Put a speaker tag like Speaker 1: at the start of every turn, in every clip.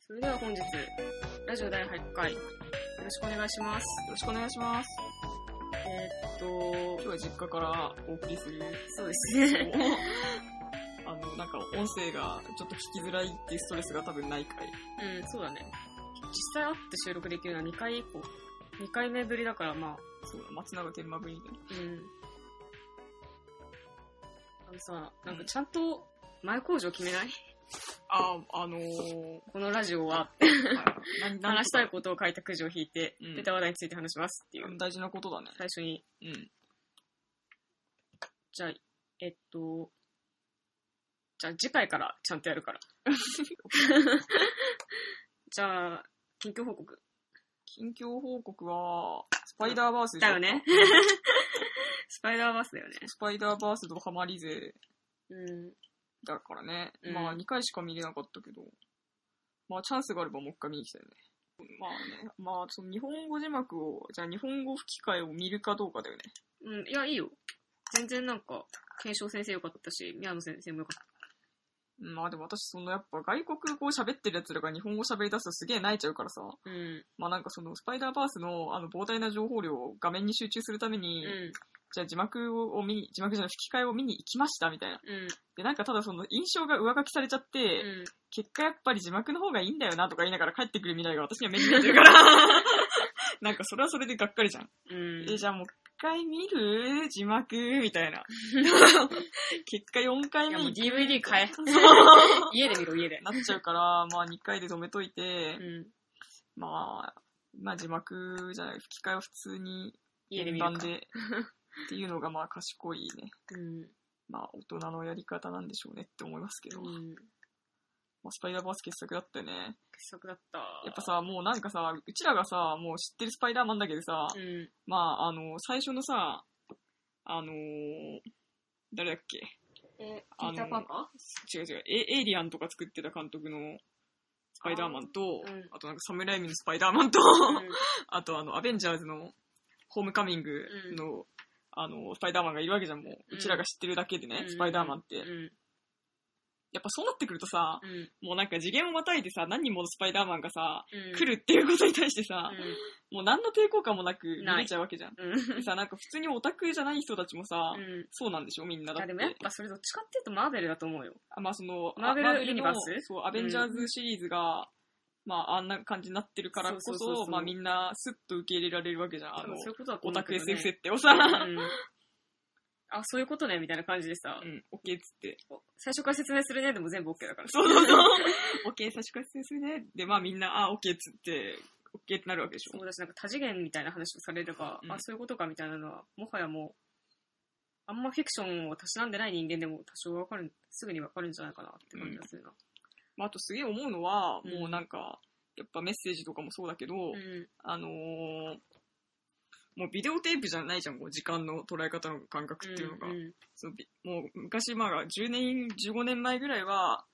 Speaker 1: それでは本日、ラジオ第8回、よろしくお願いします。
Speaker 2: よろしくお願いします。
Speaker 1: えーっと
Speaker 2: 今、日は実家からお送りする。
Speaker 1: そうですね。
Speaker 2: あの、なんか音声がちょっと聞きづらいっていうストレスが多分ない 回。
Speaker 1: うん、そうだね。実際会って収録できるのは2回以降、2回目ぶりだから、まあ、
Speaker 2: そうだ、松永天満ぶりみたいな。
Speaker 1: うん。あのさ、なんかちゃんと前工場決めない
Speaker 2: ああ、あのー、
Speaker 1: このラジオは、
Speaker 2: 何
Speaker 1: 話したいことを書いたくじを引いて、
Speaker 2: うん
Speaker 1: 出た話題について話しますっていう。
Speaker 2: 大事なことだね。
Speaker 1: 最初に、
Speaker 2: うん。
Speaker 1: じゃあ、えっと、じゃあ次回からちゃんとやるから。 じゃあ、近況報告。
Speaker 2: 近況報告は、スパイダーバースでしょ
Speaker 1: だよね。スパイダーバースだよね。
Speaker 2: スパイダーバースとハマリゼ
Speaker 1: うん。
Speaker 2: だからね。
Speaker 1: うん
Speaker 2: まあ、2回しか見れなかったけど。まあ、チャンスがあればもう一回見に行きたいね。まあね、まあ、その日本語字幕を、じゃあ日本語吹き替えを見るかどうかだよね。
Speaker 1: うん、いや、いいよ。全然なんか、検証先生よかったし、宮野先生もよかっ
Speaker 2: うんまあでも私、そのやっぱ外国語喋ってる奴らが日本語喋り出すとすげえ泣いちゃうからさ。
Speaker 1: た。うん。
Speaker 2: まあなんかそのスパイダーバースのあの膨大な情報量を画面に集中するために、
Speaker 1: うん。
Speaker 2: じゃあ字幕を見に、字幕じゃない吹き替えを見に行きましたみたいな。
Speaker 1: うん。
Speaker 2: で、なんかただその印象が上書きされちゃって、
Speaker 1: うん。
Speaker 2: 結果やっぱり字幕の方がいいんだよなとか言いながら帰ってくる未来が私には目に見えてる から。なんかそれはそれでがっかりじゃん。
Speaker 1: うん。
Speaker 2: え、じゃあもう一回見る字幕みたい な。結果4回
Speaker 1: いや、
Speaker 2: 目
Speaker 1: もう
Speaker 2: に
Speaker 1: DVD 買え。家で見ろ、家で。
Speaker 2: なっちゃうから、 まあ2回で止めといて、
Speaker 1: うん。
Speaker 2: まあ、まあ字幕じゃない、吹き替えを普通に
Speaker 1: 家で見
Speaker 2: 順
Speaker 1: る
Speaker 2: 番
Speaker 1: か。
Speaker 2: で、っていうのがまあ賢いね。
Speaker 1: うん。
Speaker 2: まあ大人のやり方なんでしょうねって思いますけど。
Speaker 1: うん。
Speaker 2: まあ、スパイダーバース傑作だったよね。
Speaker 1: 傑作だった。
Speaker 2: やっぱさ、もうなんかさ、うちらがさ、もう知ってるスパイダーマンだけどさ、
Speaker 1: うん。
Speaker 2: まああの、最初のさ、あのー誰だっけ
Speaker 1: え、
Speaker 2: ピーターパー
Speaker 1: カ
Speaker 2: 違う違う、エエイリアンとか作ってた監督のスパイダーマンと、
Speaker 1: あ
Speaker 2: あ,、
Speaker 1: ーうん
Speaker 2: となんかサムライミのスパイダーマンと、
Speaker 1: うん。
Speaker 2: あとあの、アベンジャーズのホームカミングの、あの、スパイダーマンがいるわけじゃん、もう。
Speaker 1: うん
Speaker 2: うちらが知ってるだけでね、スパイダーマンって。
Speaker 1: うん。
Speaker 2: やっぱそうなってくるとさ、
Speaker 1: うん。
Speaker 2: もうなんか次元をまたいでさ、何人ものスパイダーマンがさ、
Speaker 1: うん。
Speaker 2: 来るっていうことに対してさ、
Speaker 1: う
Speaker 2: もう何の抵抗感もなく見
Speaker 1: ない
Speaker 2: れちゃうわけじゃ
Speaker 1: ん。
Speaker 2: ん。
Speaker 1: うん。
Speaker 2: でさ、なんか普通にオタクじゃない人たちもさ、
Speaker 1: うん。
Speaker 2: そうなんでしょみんなだ
Speaker 1: あ
Speaker 2: っ
Speaker 1: で。
Speaker 2: て
Speaker 1: もやっぱそれどっちかっていうとマーベルだと思うよ。
Speaker 2: あまあその、
Speaker 1: マーベル
Speaker 2: あ
Speaker 1: ユニバース
Speaker 2: のそう、アベンジャーズシリーズが、まああんな感じになってるからこ
Speaker 1: そう
Speaker 2: そ、
Speaker 1: そうそうそう
Speaker 2: まあみんなスッと受け入れられるわけじゃん。あ
Speaker 1: 多
Speaker 2: の
Speaker 1: 分、そういうことだと思
Speaker 2: オ
Speaker 1: う
Speaker 2: タ
Speaker 1: け
Speaker 2: ク
Speaker 1: どね。
Speaker 2: SF 設定をさ、
Speaker 1: うん。あ、そういうことね、みたいな感じでさ
Speaker 2: う、ん、オッケーっつって。
Speaker 1: 最初から説明するねでも全部 OK だから。
Speaker 2: そうそうそう。 オッケー、差し替え先生ね。で、まあみんな、あ、オッケーっつって、オッケーってなるわけでしょ
Speaker 1: そ。うだし、なんか多次元みたいな話をされれば、
Speaker 2: うん
Speaker 1: あ、そういうことかみたいなのは、もはやもう、あんまフィクションをたしなんでない人間でも多少わかる、すぐにわかるんじゃないかなって感じがするな。
Speaker 2: まああとすげえ思うのは、
Speaker 1: うん
Speaker 2: もうなんか、やっぱメッセージとかもそうだけど、
Speaker 1: うん。
Speaker 2: あのー、もうビデオテープじゃないじゃん、こう時間の捉え方の感覚っていうのが。
Speaker 1: うん
Speaker 2: そのビもう昔、まあ10年、15年前ぐらいは、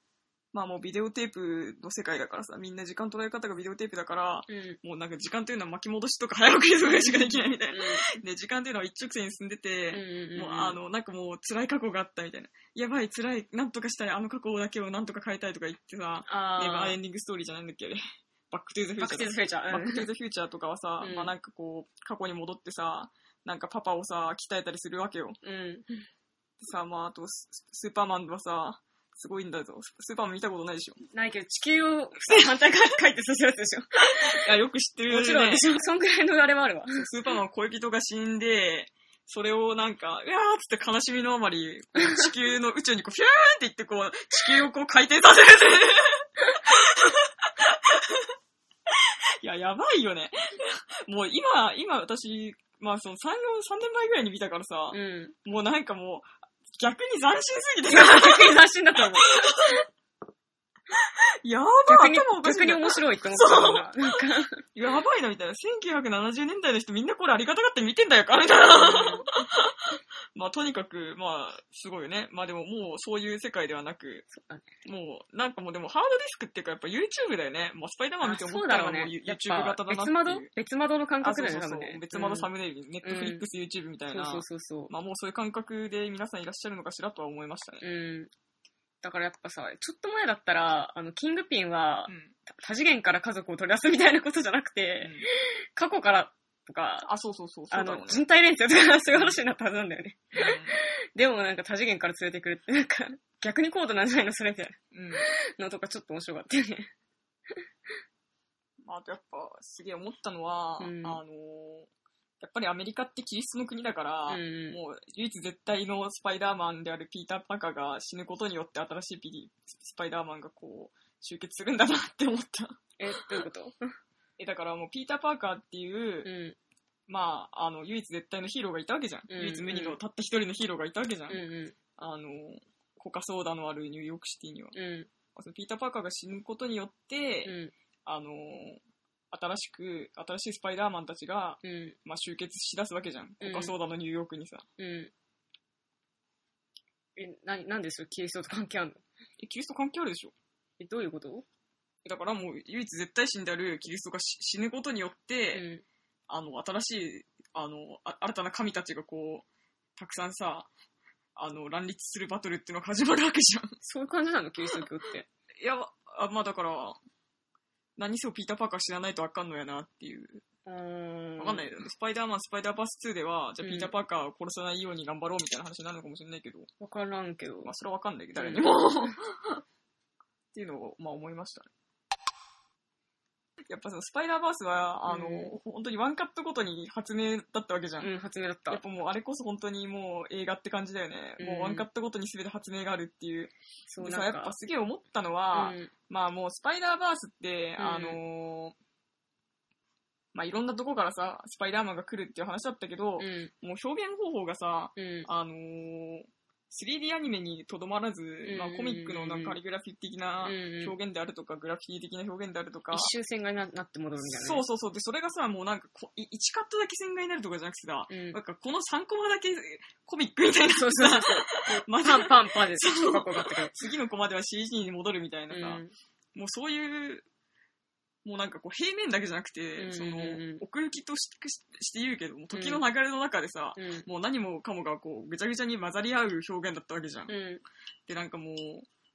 Speaker 2: まあもうビデオテープの世界だからさ、みんな時間捉え方がビデオテープだから、
Speaker 1: うん。うん
Speaker 2: もうなんか時間というのは巻き戻しとか早送りとかしかできないみたいな。で、時間というのは一直線に進んでて、
Speaker 1: うん。
Speaker 2: もうあ、の、なんかもう辛い過去があったみたいな。やばい、辛い、なんとかしたい、あの過去だけをなんとか変えたいとか言ってさ、ネバ
Speaker 1: あ
Speaker 2: ーエ
Speaker 1: ー
Speaker 2: ンディングストーリーじゃないんだっけ、あれ。 バックトゥーザフュ
Speaker 1: バ
Speaker 2: ー
Speaker 1: ック
Speaker 2: チ
Speaker 1: テ
Speaker 2: ャ
Speaker 1: ーズ。
Speaker 2: ー
Speaker 1: フェイチャー。
Speaker 2: バ
Speaker 1: う
Speaker 2: ッ
Speaker 1: ん
Speaker 2: クトゥーザフューチャーとかはさ、
Speaker 1: うん
Speaker 2: まあなんかこう、過去に戻ってさ、なんかパパをさ、鍛えたりするわけよ。
Speaker 1: うん。
Speaker 2: さ、まああとス、スーパーマンはさ、すごいんだぞ。ススーパーマン見たことないでしょ。
Speaker 1: ないけど、地球を反対側に書いてさせるやつでしょ。
Speaker 2: いや、よく知ってるよ
Speaker 1: も
Speaker 2: ね。
Speaker 1: ちろんでしょ。そんくらいのあれもあるわ。
Speaker 2: スーパーマンは恋人が死んで、それをなんか、うわーっつって悲しみのあまり、地球の宇宙にこう、フィューンっていってこう、地球をこう回転させる。 いや、やばいよね。もう今、今私、まあその3、4 3年前ぐらいに見たからさ、
Speaker 1: うん。
Speaker 2: もうなんかもう、逆に斬新すぎてさ、
Speaker 1: 逆に斬新だと思 う。
Speaker 2: やば
Speaker 1: 逆
Speaker 2: い、
Speaker 1: に
Speaker 2: 頭お、かし
Speaker 1: 逆
Speaker 2: い
Speaker 1: に
Speaker 2: な。
Speaker 1: 面白いって思ったんだ。なんか、
Speaker 2: やばいな、みたいな。1970年代の人みんなこれありがたがって見てんだよ、かみたいな。まあ、とにかく、まあ、すごいよね。まあでも、もう、そういう世界ではなく、
Speaker 1: だね
Speaker 2: もう、なんかもう、でも、ハードディスクっていうか、やっぱ YouTube だよね。まあ、スパイダーマン見て思ったら、もう、
Speaker 1: やっ
Speaker 2: YouTube
Speaker 1: ぱ
Speaker 2: 型だなっ
Speaker 1: 別
Speaker 2: ていう。
Speaker 1: 窓別窓の感
Speaker 2: あ
Speaker 1: 覚
Speaker 2: そう
Speaker 1: だ
Speaker 2: そ
Speaker 1: よね、多
Speaker 2: うそ
Speaker 1: 分
Speaker 2: う
Speaker 1: ね。
Speaker 2: 別窓サ
Speaker 1: ム
Speaker 2: ムネイル、Netflix、YouTube みたい
Speaker 1: そう
Speaker 2: な。
Speaker 1: そうそうそ
Speaker 2: まあ、もうそういう感覚で皆さんいらっしゃるのかしらとは思いましたね。
Speaker 1: う。うん。だからやっぱさ、ちょっと前だったら、あの、キングピンは
Speaker 2: う、ん。
Speaker 1: た多次元から家族を取り出すみたいなことじゃなくて、
Speaker 2: うん
Speaker 1: 過去からとか、
Speaker 2: あ、そうそうそう、そ
Speaker 1: あ
Speaker 2: うだろう
Speaker 1: の、
Speaker 2: ね。
Speaker 1: 人体連鎖とか、そういう話になったはずなんだよね。 でもなんか多次元から連れてくるって、なんか、逆に高度なんじゃないのそれみたい
Speaker 2: うん。うん
Speaker 1: なのとか、ちょっと面白かったよね。
Speaker 2: まあ、あとやっぱ、すげえ思ったのは、
Speaker 1: うん
Speaker 2: あのーやっぱりアメリカってキリストの国だから、
Speaker 1: うん。
Speaker 2: もう唯一絶対のスパイダーマンであるピーター・パーカーが死ぬことによって新しいピリスパイダーマンがこう集結するんだなって思った。
Speaker 1: え、どういうこと
Speaker 2: え、だからもうピーター・パーカーっていう、
Speaker 1: うん。
Speaker 2: まあ、あの、唯一絶対のヒーローがいたわけじゃん。
Speaker 1: うん
Speaker 2: 唯一無二のたった一人のヒーローがいたわけじゃん。
Speaker 1: うんう
Speaker 2: あの、コカソーダのあるニューヨークシティには。
Speaker 1: ん。う
Speaker 2: そのピーター・パーカーが死ぬことによって、
Speaker 1: ん。うん。
Speaker 2: あの、新しく、新しいスパイダーマンたちが、
Speaker 1: うん。
Speaker 2: まあ、集結しだすわけじゃん。
Speaker 1: うん
Speaker 2: コカソーダのニューヨークにさ。
Speaker 1: うん。え、な、なんでそれキリストと関係あるの
Speaker 2: え、キリスト関係あるでしょ
Speaker 1: え、どういうこと
Speaker 2: えだからもう、唯一絶対死んであるキリストが死死ぬことによって、
Speaker 1: うん。
Speaker 2: あの、新しい、あの、あ新たな神たちがこう、たくさんさ、あの、乱立するバトルっていうのが始まるわけじゃん。
Speaker 1: そういう感じなのキリスト教って。
Speaker 2: いや、あまあだから、何せピーター・パーカー知らないとわかんのやなっていう。
Speaker 1: うーん。。
Speaker 2: わかんないいよね。スパイダーマン、スパイダーバース2では、じゃあ
Speaker 1: うん
Speaker 2: ピーター・パーカーを殺さないように頑張ろうみたいな話になるのかもしれないけど、
Speaker 1: わからんけど。
Speaker 2: まあそれはわかんないけど、誰にも。っていうのを、まあ思いましたね。やっぱそのスパイダーバースは、あの、
Speaker 1: う
Speaker 2: 本当にワンカットごとに発明だったわけじゃん。
Speaker 1: うん、発明だっ。
Speaker 2: やったぱもうあれこそ本当にもう映画って感じだよね。もうワンカットごとに全て発明があるっていう。
Speaker 1: そう
Speaker 2: で
Speaker 1: な
Speaker 2: さ、や
Speaker 1: ん
Speaker 2: っぱ
Speaker 1: か。
Speaker 2: すげえ思ったのは、
Speaker 1: うん
Speaker 2: まあもうスパイダーバースって、
Speaker 1: うん
Speaker 2: あのーまあいろんなとこからさ、スパイダーマンが来るっていう話だったけど、
Speaker 1: うん。
Speaker 2: もう表現方法がさ、
Speaker 1: うん。
Speaker 2: あのー 3D アニメにとどまらず、
Speaker 1: ん
Speaker 2: まあコミックのなんかカリグラフィ的な
Speaker 1: うんうん
Speaker 2: 表現であるとか、グラフィティ的な表現であるとか、
Speaker 1: 一周線がななって戻るみたいなね。
Speaker 2: そうそうそう。で、それがさ、もうなんかこ、1カットだけ線画になるとかじゃなくてさ、
Speaker 1: うん
Speaker 2: なんかこの3コマだけコミックみたいな
Speaker 1: そうそうそう。
Speaker 2: ま
Speaker 1: パ
Speaker 2: た
Speaker 1: ンパンパンです。
Speaker 2: そう
Speaker 1: かっこよかったけど。
Speaker 2: 次のコマでは CG に戻るみたいな
Speaker 1: う
Speaker 2: さ、
Speaker 1: ん。
Speaker 2: もうそういう、もうなんかこう平面だけじゃなく
Speaker 1: うんうんう
Speaker 2: て、
Speaker 1: ん
Speaker 2: その、奥行きとししして言うけども、時の流れの中でさ、
Speaker 1: うん。
Speaker 2: もう何もかもがこう、ぐちゃぐちゃに混ざり合う表現だったわけじゃん。
Speaker 1: うん。
Speaker 2: で、なんかもう、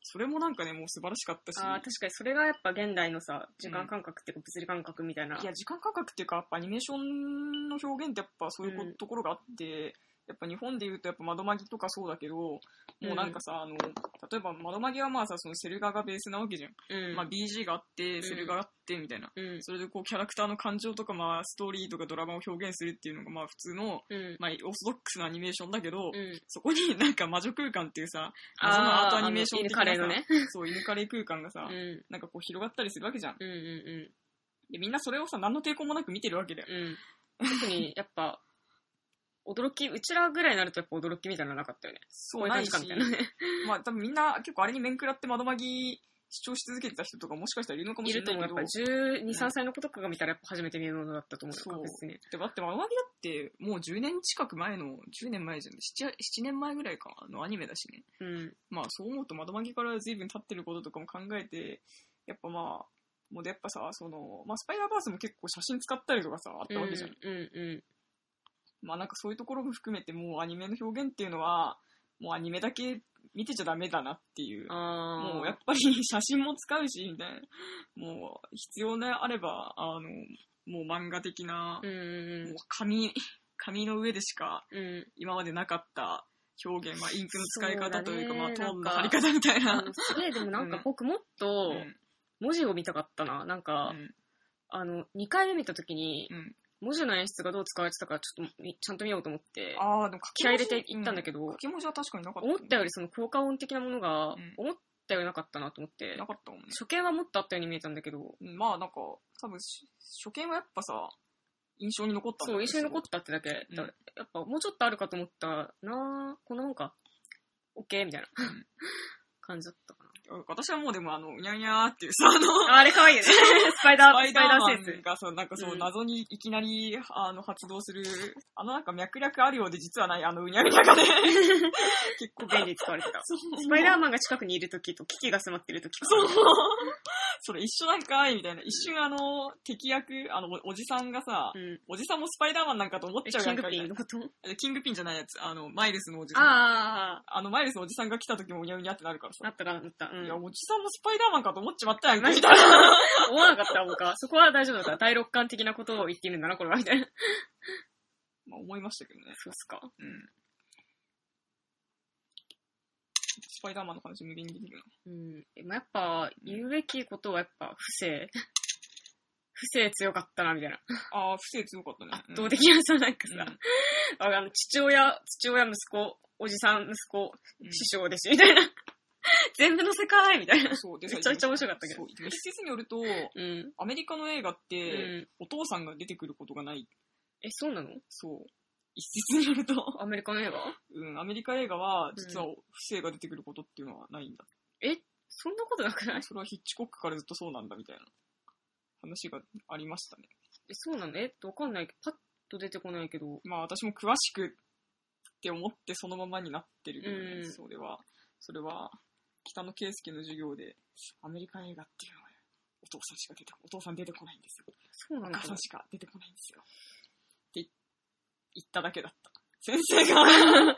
Speaker 2: それもなんかね、もう素晴らしかったし、
Speaker 1: ああ、確かにそれがやっぱ現代のさ、時間感覚っていうか物理感覚みたいな。
Speaker 2: いや、時間感覚っていうか、やっぱアニメーションの表現ってやっぱそういうこ
Speaker 1: うん
Speaker 2: ところがあって、やっぱ日本で言うとやっぱ窓マギとかそうだけど、もうなんかさ、あの、例えば窓マギはまあさ、そのセルガがベースなわけじゃん。
Speaker 1: うん。
Speaker 2: まあ BG があって、
Speaker 1: ん
Speaker 2: セルガがあって、みたいな。
Speaker 1: うん。
Speaker 2: それでこうキャラクターの感情とかまあストーリーとかドラマを表現するっていうのがまあ普通の、
Speaker 1: うん。
Speaker 2: まあ、オーソドックスなアニメーションだけど、
Speaker 1: うん。
Speaker 2: そこになんか魔女空間っていうさ、
Speaker 1: あー
Speaker 2: 謎のアートアニメーション的なさ
Speaker 1: あの犬カレーのね
Speaker 2: そう、犬カレー空間が
Speaker 1: う
Speaker 2: さ、
Speaker 1: ん。うん
Speaker 2: なんかこう広がったりするわけじゃん。
Speaker 1: うん
Speaker 2: で、みんなそれをさ、何の抵抗もなく見てるわけだよ。
Speaker 1: うん。うん。特にやっぱ、驚き、うちらぐらいになるとやっぱ驚きみたいなのなかったよね。
Speaker 2: そ
Speaker 1: こういう
Speaker 2: な
Speaker 1: 感
Speaker 2: い
Speaker 1: じ
Speaker 2: し
Speaker 1: かみたいなね。
Speaker 2: まあ多分みんな結構あれに面食らって窓まぎ視聴し続けてた人とかもしかしたらいるのか も
Speaker 1: い
Speaker 2: しれ
Speaker 1: る
Speaker 2: な
Speaker 1: と
Speaker 2: い
Speaker 1: 思う。
Speaker 2: け
Speaker 1: やっ
Speaker 2: ど
Speaker 1: ぱ、12、3歳の子とかが見たらやっぱ初めて見るものだったと思う
Speaker 2: そう
Speaker 1: よ。別に。
Speaker 2: でもだって窓まぎだってもう10年近く前の、10年前じゃん、7, 7年前ぐらいかのアニメだしね。
Speaker 1: うん。
Speaker 2: まあそう思うと窓まぎから随分経ってることとかも考えて、やっぱまあ、もうでやっぱさ、その、まあスパイダーバースも結構写真使ったりとかさ、あっ
Speaker 1: う
Speaker 2: た
Speaker 1: ん
Speaker 2: わけじゃん。
Speaker 1: うんうん。
Speaker 2: まあなんかそういうところも含めてもうアニメの表現っていうのは、もうアニメだけ見てちゃダメだなっていう。
Speaker 1: ああ。
Speaker 2: もうやっぱり写真も使うし、みたいな。もう必要であれば、あの、もう漫画的な、
Speaker 1: うん
Speaker 2: もう紙、紙の上でしか
Speaker 1: うんうん。
Speaker 2: 今までなかった表現、まあインクの使い方という
Speaker 1: そうだ
Speaker 2: か、
Speaker 1: ね
Speaker 2: まあトーンの
Speaker 1: な
Speaker 2: 貼
Speaker 1: ん
Speaker 2: り
Speaker 1: か
Speaker 2: 方みたい
Speaker 1: あの
Speaker 2: な。
Speaker 1: すげえ、でもなんか
Speaker 2: うん
Speaker 1: 僕もっと
Speaker 2: うん
Speaker 1: 文字を見たかったな。なんか、
Speaker 2: うん
Speaker 1: あの、2回目見たときに
Speaker 2: う、ん
Speaker 1: 文字の演出がどう使われてたかちょっとみちゃんと見ようと思って、
Speaker 2: ああ、でも書
Speaker 1: 気合い入れていったんだけ
Speaker 2: ど、
Speaker 1: ど、
Speaker 2: 書き文字は確かになかったもん
Speaker 1: 思
Speaker 2: ね。
Speaker 1: ったよりその効果音的なものが
Speaker 2: うん、
Speaker 1: 思ったよりなかったなと思って、
Speaker 2: なかったもんね。
Speaker 1: 初見はもっとあったように見えたんだけど、
Speaker 2: うんまあなんか、多分し初見はやっぱさ、印象に残ったんだ
Speaker 1: そ
Speaker 2: よ
Speaker 1: う、
Speaker 2: ね
Speaker 1: 一緒に残ったってだけ、
Speaker 2: うん
Speaker 1: だやっぱもうちょっとあるかと思ったなぁこんなもんか。オッケーみたいな感じだったかな。
Speaker 2: 私はもうでもあの、うにゃうにゃーっていうさ、あの、
Speaker 1: ああれ可愛い よね。スパイダー、スパイダーセン
Speaker 2: マン
Speaker 1: ス。
Speaker 2: がそう、なんかそう、
Speaker 1: うん
Speaker 2: 謎にいきなり、あの、発動する、あのなんか脈略あるようで実はない、あの、うにゃうにゃがね、結構
Speaker 1: 便利に使われてた。
Speaker 2: そう
Speaker 1: スパイダーマンが近くにいるときと、キキが迫ってるとき。
Speaker 2: そう。それ一緒なんかいみたいな。一瞬あの、敵役、あの、おおじさんがさ、
Speaker 1: うん。
Speaker 2: おじさんもスパイダーマンなんかと思っ
Speaker 1: え
Speaker 2: ちゃう
Speaker 1: キ
Speaker 2: や
Speaker 1: ン
Speaker 2: んか
Speaker 1: グ
Speaker 2: み
Speaker 1: ピ
Speaker 2: たい
Speaker 1: ン
Speaker 2: な
Speaker 1: のこと
Speaker 2: えキングピンじゃないやつ。あの、マイルスのおじさん。あ
Speaker 1: あ
Speaker 2: の、マイルスのおじさんが来た時もうにゃうにゃってなるから
Speaker 1: あ、な
Speaker 2: さ。
Speaker 1: ったなった。う
Speaker 2: い
Speaker 1: ん
Speaker 2: や、。おじさんもスパイダーマンかと思っちまったやんか、
Speaker 1: マ
Speaker 2: み
Speaker 1: ジ
Speaker 2: た
Speaker 1: か
Speaker 2: いな。
Speaker 1: 思わなかった、僕は。そこは大丈夫だった。第六感的なことを言ってるんだな、これは、みたいな。
Speaker 2: まあ、思いましたけどね。
Speaker 1: そうっすか。
Speaker 2: うん。スパイダーマンの話無限にできるな。
Speaker 1: うん。でもやっぱ、言うべきことはやっぱ、不正。不正強かったな、みたいな。
Speaker 2: ああ、不正強かったね。
Speaker 1: 圧倒的なさ、なんか
Speaker 2: う
Speaker 1: さ
Speaker 2: ん、
Speaker 1: ああの、父親、父親、息子、おじさん、息子、
Speaker 2: うん
Speaker 1: 師匠、弟子、みたいな。全部の世界みたいな。
Speaker 2: そう、で
Speaker 1: めちゃめちゃ面白かったけ
Speaker 2: そ
Speaker 1: ど
Speaker 2: う。でも一説によると、
Speaker 1: うん。
Speaker 2: アメリカの映画って、
Speaker 1: うん。
Speaker 2: お父さんが出てくることがない。
Speaker 1: え、そうなの
Speaker 2: そう。一説によると、
Speaker 1: アメリカの映画
Speaker 2: うん、アメリカ映画は、実は不正が出てくることっていうのはないんだ。
Speaker 1: そんなことなくない
Speaker 2: それはヒッチコックからずっとそうなんだみたいな話がありましたね。
Speaker 1: え、そうなのえっと、わかんないけど、パッと出てこないけど。
Speaker 2: まあ私も詳しくって思ってそのままになってるけどね、
Speaker 1: うん
Speaker 2: それは、それは、北野圭介の授業で、アメリカ映画っていうのは、お父さんしか出てこ、お父さん出てこないんですよ。
Speaker 1: そうな
Speaker 2: お
Speaker 1: の
Speaker 2: 母
Speaker 1: か
Speaker 2: さ
Speaker 1: なん
Speaker 2: しか出てこないんですよ。って言っただけだった。先 生が、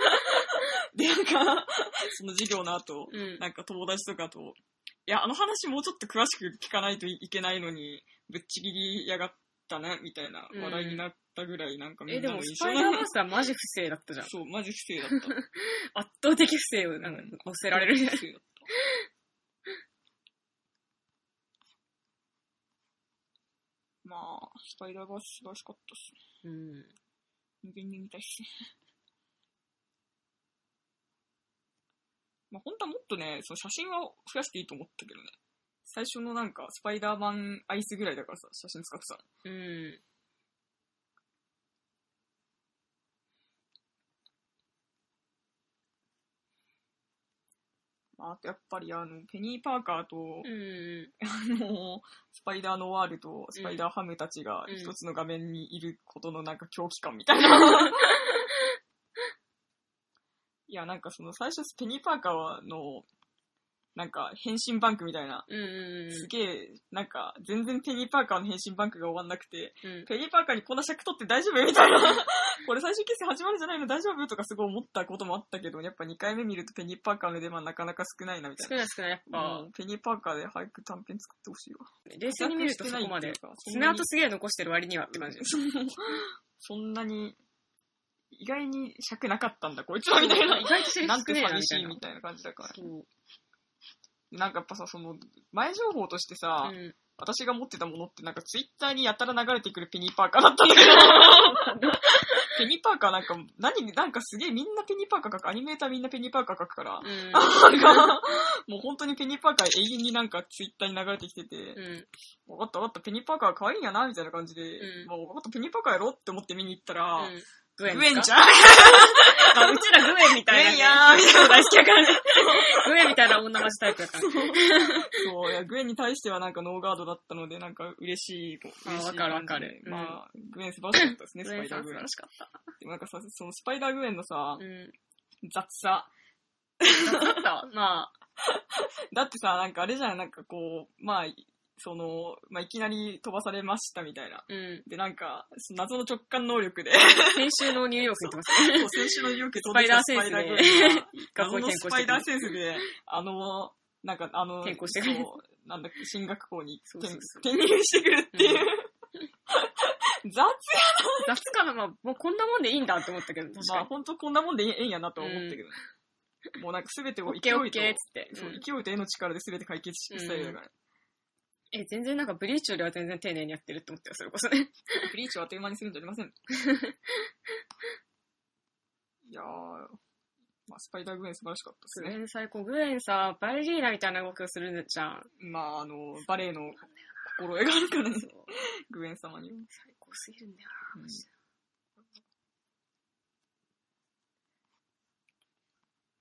Speaker 2: で、なんか、その授業の後、
Speaker 1: うん。
Speaker 2: なんか友達とかと、いや、あの話もうちょっと詳しく聞かないといけないのに、ぶっちぎりやがったね、みたいな
Speaker 1: うん
Speaker 2: 話題になったぐらい、なんかみ
Speaker 1: え、
Speaker 2: ん
Speaker 1: で
Speaker 2: な
Speaker 1: も
Speaker 2: の印
Speaker 1: ス
Speaker 2: 象
Speaker 1: パイダーマンスターマジ不正だったじゃん。
Speaker 2: そう、マジ不正だった。
Speaker 1: 圧倒的不正をなんか乗せられる。
Speaker 2: 不正だった。 まあ、スパイダーバース素晴らしかったっすね。
Speaker 1: うん。
Speaker 2: 無限に見たいっすね。 まあ、本当はもっとね、その写真は増やしていいと思ったけどね。最初のなんか、スパイダーマンアイスぐらいだからさ、写真使ってたの。
Speaker 1: うん。
Speaker 2: まあ、あとやっぱりあの、ペニー・パーカーと
Speaker 1: う、ん。
Speaker 2: あの、スパイダー・ノワールと、スパイダー・ハムたちが
Speaker 1: うん
Speaker 2: 一つの画面にいることのなんか狂気感みた いな。いや、なんかその最初、ペニー・パーカーの、なんか変身バンクみたいな、
Speaker 1: うん。うん
Speaker 2: すげえ、なんか、全然ペニーパーカーの変身バンクが終わんなくて、
Speaker 1: うん。
Speaker 2: ペニーパーカーにこんな尺取って大丈夫みたいな。これ最終決戦始まるんじゃないの大丈夫とかすごい思ったこともあったけど、やっぱ2回目見るとペニーパーカーの出番なかなか少ないなみたい
Speaker 1: 少ない少ない、やっ
Speaker 2: な。も
Speaker 1: ぱ。
Speaker 2: うペニーパーカーで早く短編作ってほしいわ。
Speaker 1: 冷静に見るとそこまで。
Speaker 2: 活躍
Speaker 1: 爪
Speaker 2: してないっていうか
Speaker 1: 痕すげえ残してる割にはって感じ。
Speaker 2: そんなに、そんなに、意外に尺なかったんだ、こいつはみたいな
Speaker 1: 意。外とセリ
Speaker 2: な
Speaker 1: フ少
Speaker 2: んて
Speaker 1: ねえな、
Speaker 2: 寂
Speaker 1: みた
Speaker 2: し
Speaker 1: い
Speaker 2: い
Speaker 1: な
Speaker 2: み。たいな感じだから。
Speaker 1: そう。
Speaker 2: なんかやっぱさ、その、前情報としてさ、
Speaker 1: うん。
Speaker 2: 私が持ってたものってなんかツイッターにやたら流れてくるペニーパーカーだったんだけど、 ペニーパーカーなんか、何、なんかすげえみんなペニーパーカー書く、アニメーターみんなペニーパーカー書く から、
Speaker 1: うん
Speaker 2: なんか、もう本当にペニーパーカー永遠になんかツイッターに流れてきてて、
Speaker 1: うん。
Speaker 2: わかったわかった、ペニーパーカー可愛いんやな、みたいな感じで、
Speaker 1: うん
Speaker 2: まあわかった、ペニーパーカーやろって思って見に行ったら、
Speaker 1: うん
Speaker 2: グ
Speaker 1: グ
Speaker 2: エ
Speaker 1: エン。
Speaker 2: ンち
Speaker 1: ゃん。
Speaker 2: ゃん
Speaker 1: うちらグエンみ
Speaker 2: グ
Speaker 1: たいな
Speaker 2: エ
Speaker 1: ね。
Speaker 2: ンやーみたいな。
Speaker 1: 大好きやからね。グエンみたいな女マジタイプやから。
Speaker 2: そう、いや、グエンに対してはなんかノーガードだったので、なんか嬉しい。
Speaker 1: あ
Speaker 2: 嬉しい
Speaker 1: わかるわかる
Speaker 2: まあ、グエン素晴らしかったですね、ス
Speaker 1: グ
Speaker 2: パ
Speaker 1: エ
Speaker 2: イ
Speaker 1: ン
Speaker 2: ダ
Speaker 1: さ
Speaker 2: ー
Speaker 1: ん素
Speaker 2: グエ
Speaker 1: 晴
Speaker 2: ン
Speaker 1: ら。しかった。
Speaker 2: でもなんかさ、そのスパイダーグエンのさ
Speaker 1: う、ん。
Speaker 2: 雑さ。
Speaker 1: だった。まあ。
Speaker 2: だってさ、なんかあれじゃん、なんかこう、まあ、その、まあ、いきなり飛ばされましたみたいな。
Speaker 1: うん。
Speaker 2: で、なんか、その謎の直感能力で、
Speaker 1: 先週のニューヨーク行ってます。
Speaker 2: そう先週の勇気
Speaker 1: スパイダーセンスで
Speaker 2: で、
Speaker 1: 学校
Speaker 2: 謎
Speaker 1: に
Speaker 2: の
Speaker 1: 転
Speaker 2: ス
Speaker 1: 校
Speaker 2: パ
Speaker 1: して
Speaker 2: イ
Speaker 1: きま
Speaker 2: ダー
Speaker 1: す
Speaker 2: センスで、あの、なんか、あの、
Speaker 1: 転校してくる
Speaker 2: そうなんだっけ、進学校に
Speaker 1: そうそうそう
Speaker 2: 転転入してくるっていう。雑
Speaker 1: 雑かな、まあ、もうこんなもんでいいんだって思ったけど、確
Speaker 2: ま
Speaker 1: か
Speaker 2: あ、ほんとこんなもんでええんやなとは思ったけど、もうなんか全てを
Speaker 1: に。オッケ
Speaker 2: 勢い
Speaker 1: ー
Speaker 2: と、
Speaker 1: オッケーっつって。
Speaker 2: そう
Speaker 1: うん
Speaker 2: 勢いと絵の力で全て解決したいだから、
Speaker 1: え、全然なんかブリーチよりは全然丁寧にやってるって思ってよ、それこそね。
Speaker 2: ブリーチをあっという間にするんじゃありま せん。いやー、まあ、スパイダーグエン素晴らしかった
Speaker 1: グ
Speaker 2: です
Speaker 1: エ
Speaker 2: ね。
Speaker 1: ン最高。グエンさ、バレリーナみたいな動きをするじゃん。
Speaker 2: まあ、あの、バレエの心得があるからね
Speaker 1: そう、
Speaker 2: グエン様には。
Speaker 1: 最高すぎるんだよ
Speaker 2: うん
Speaker 1: な、マジで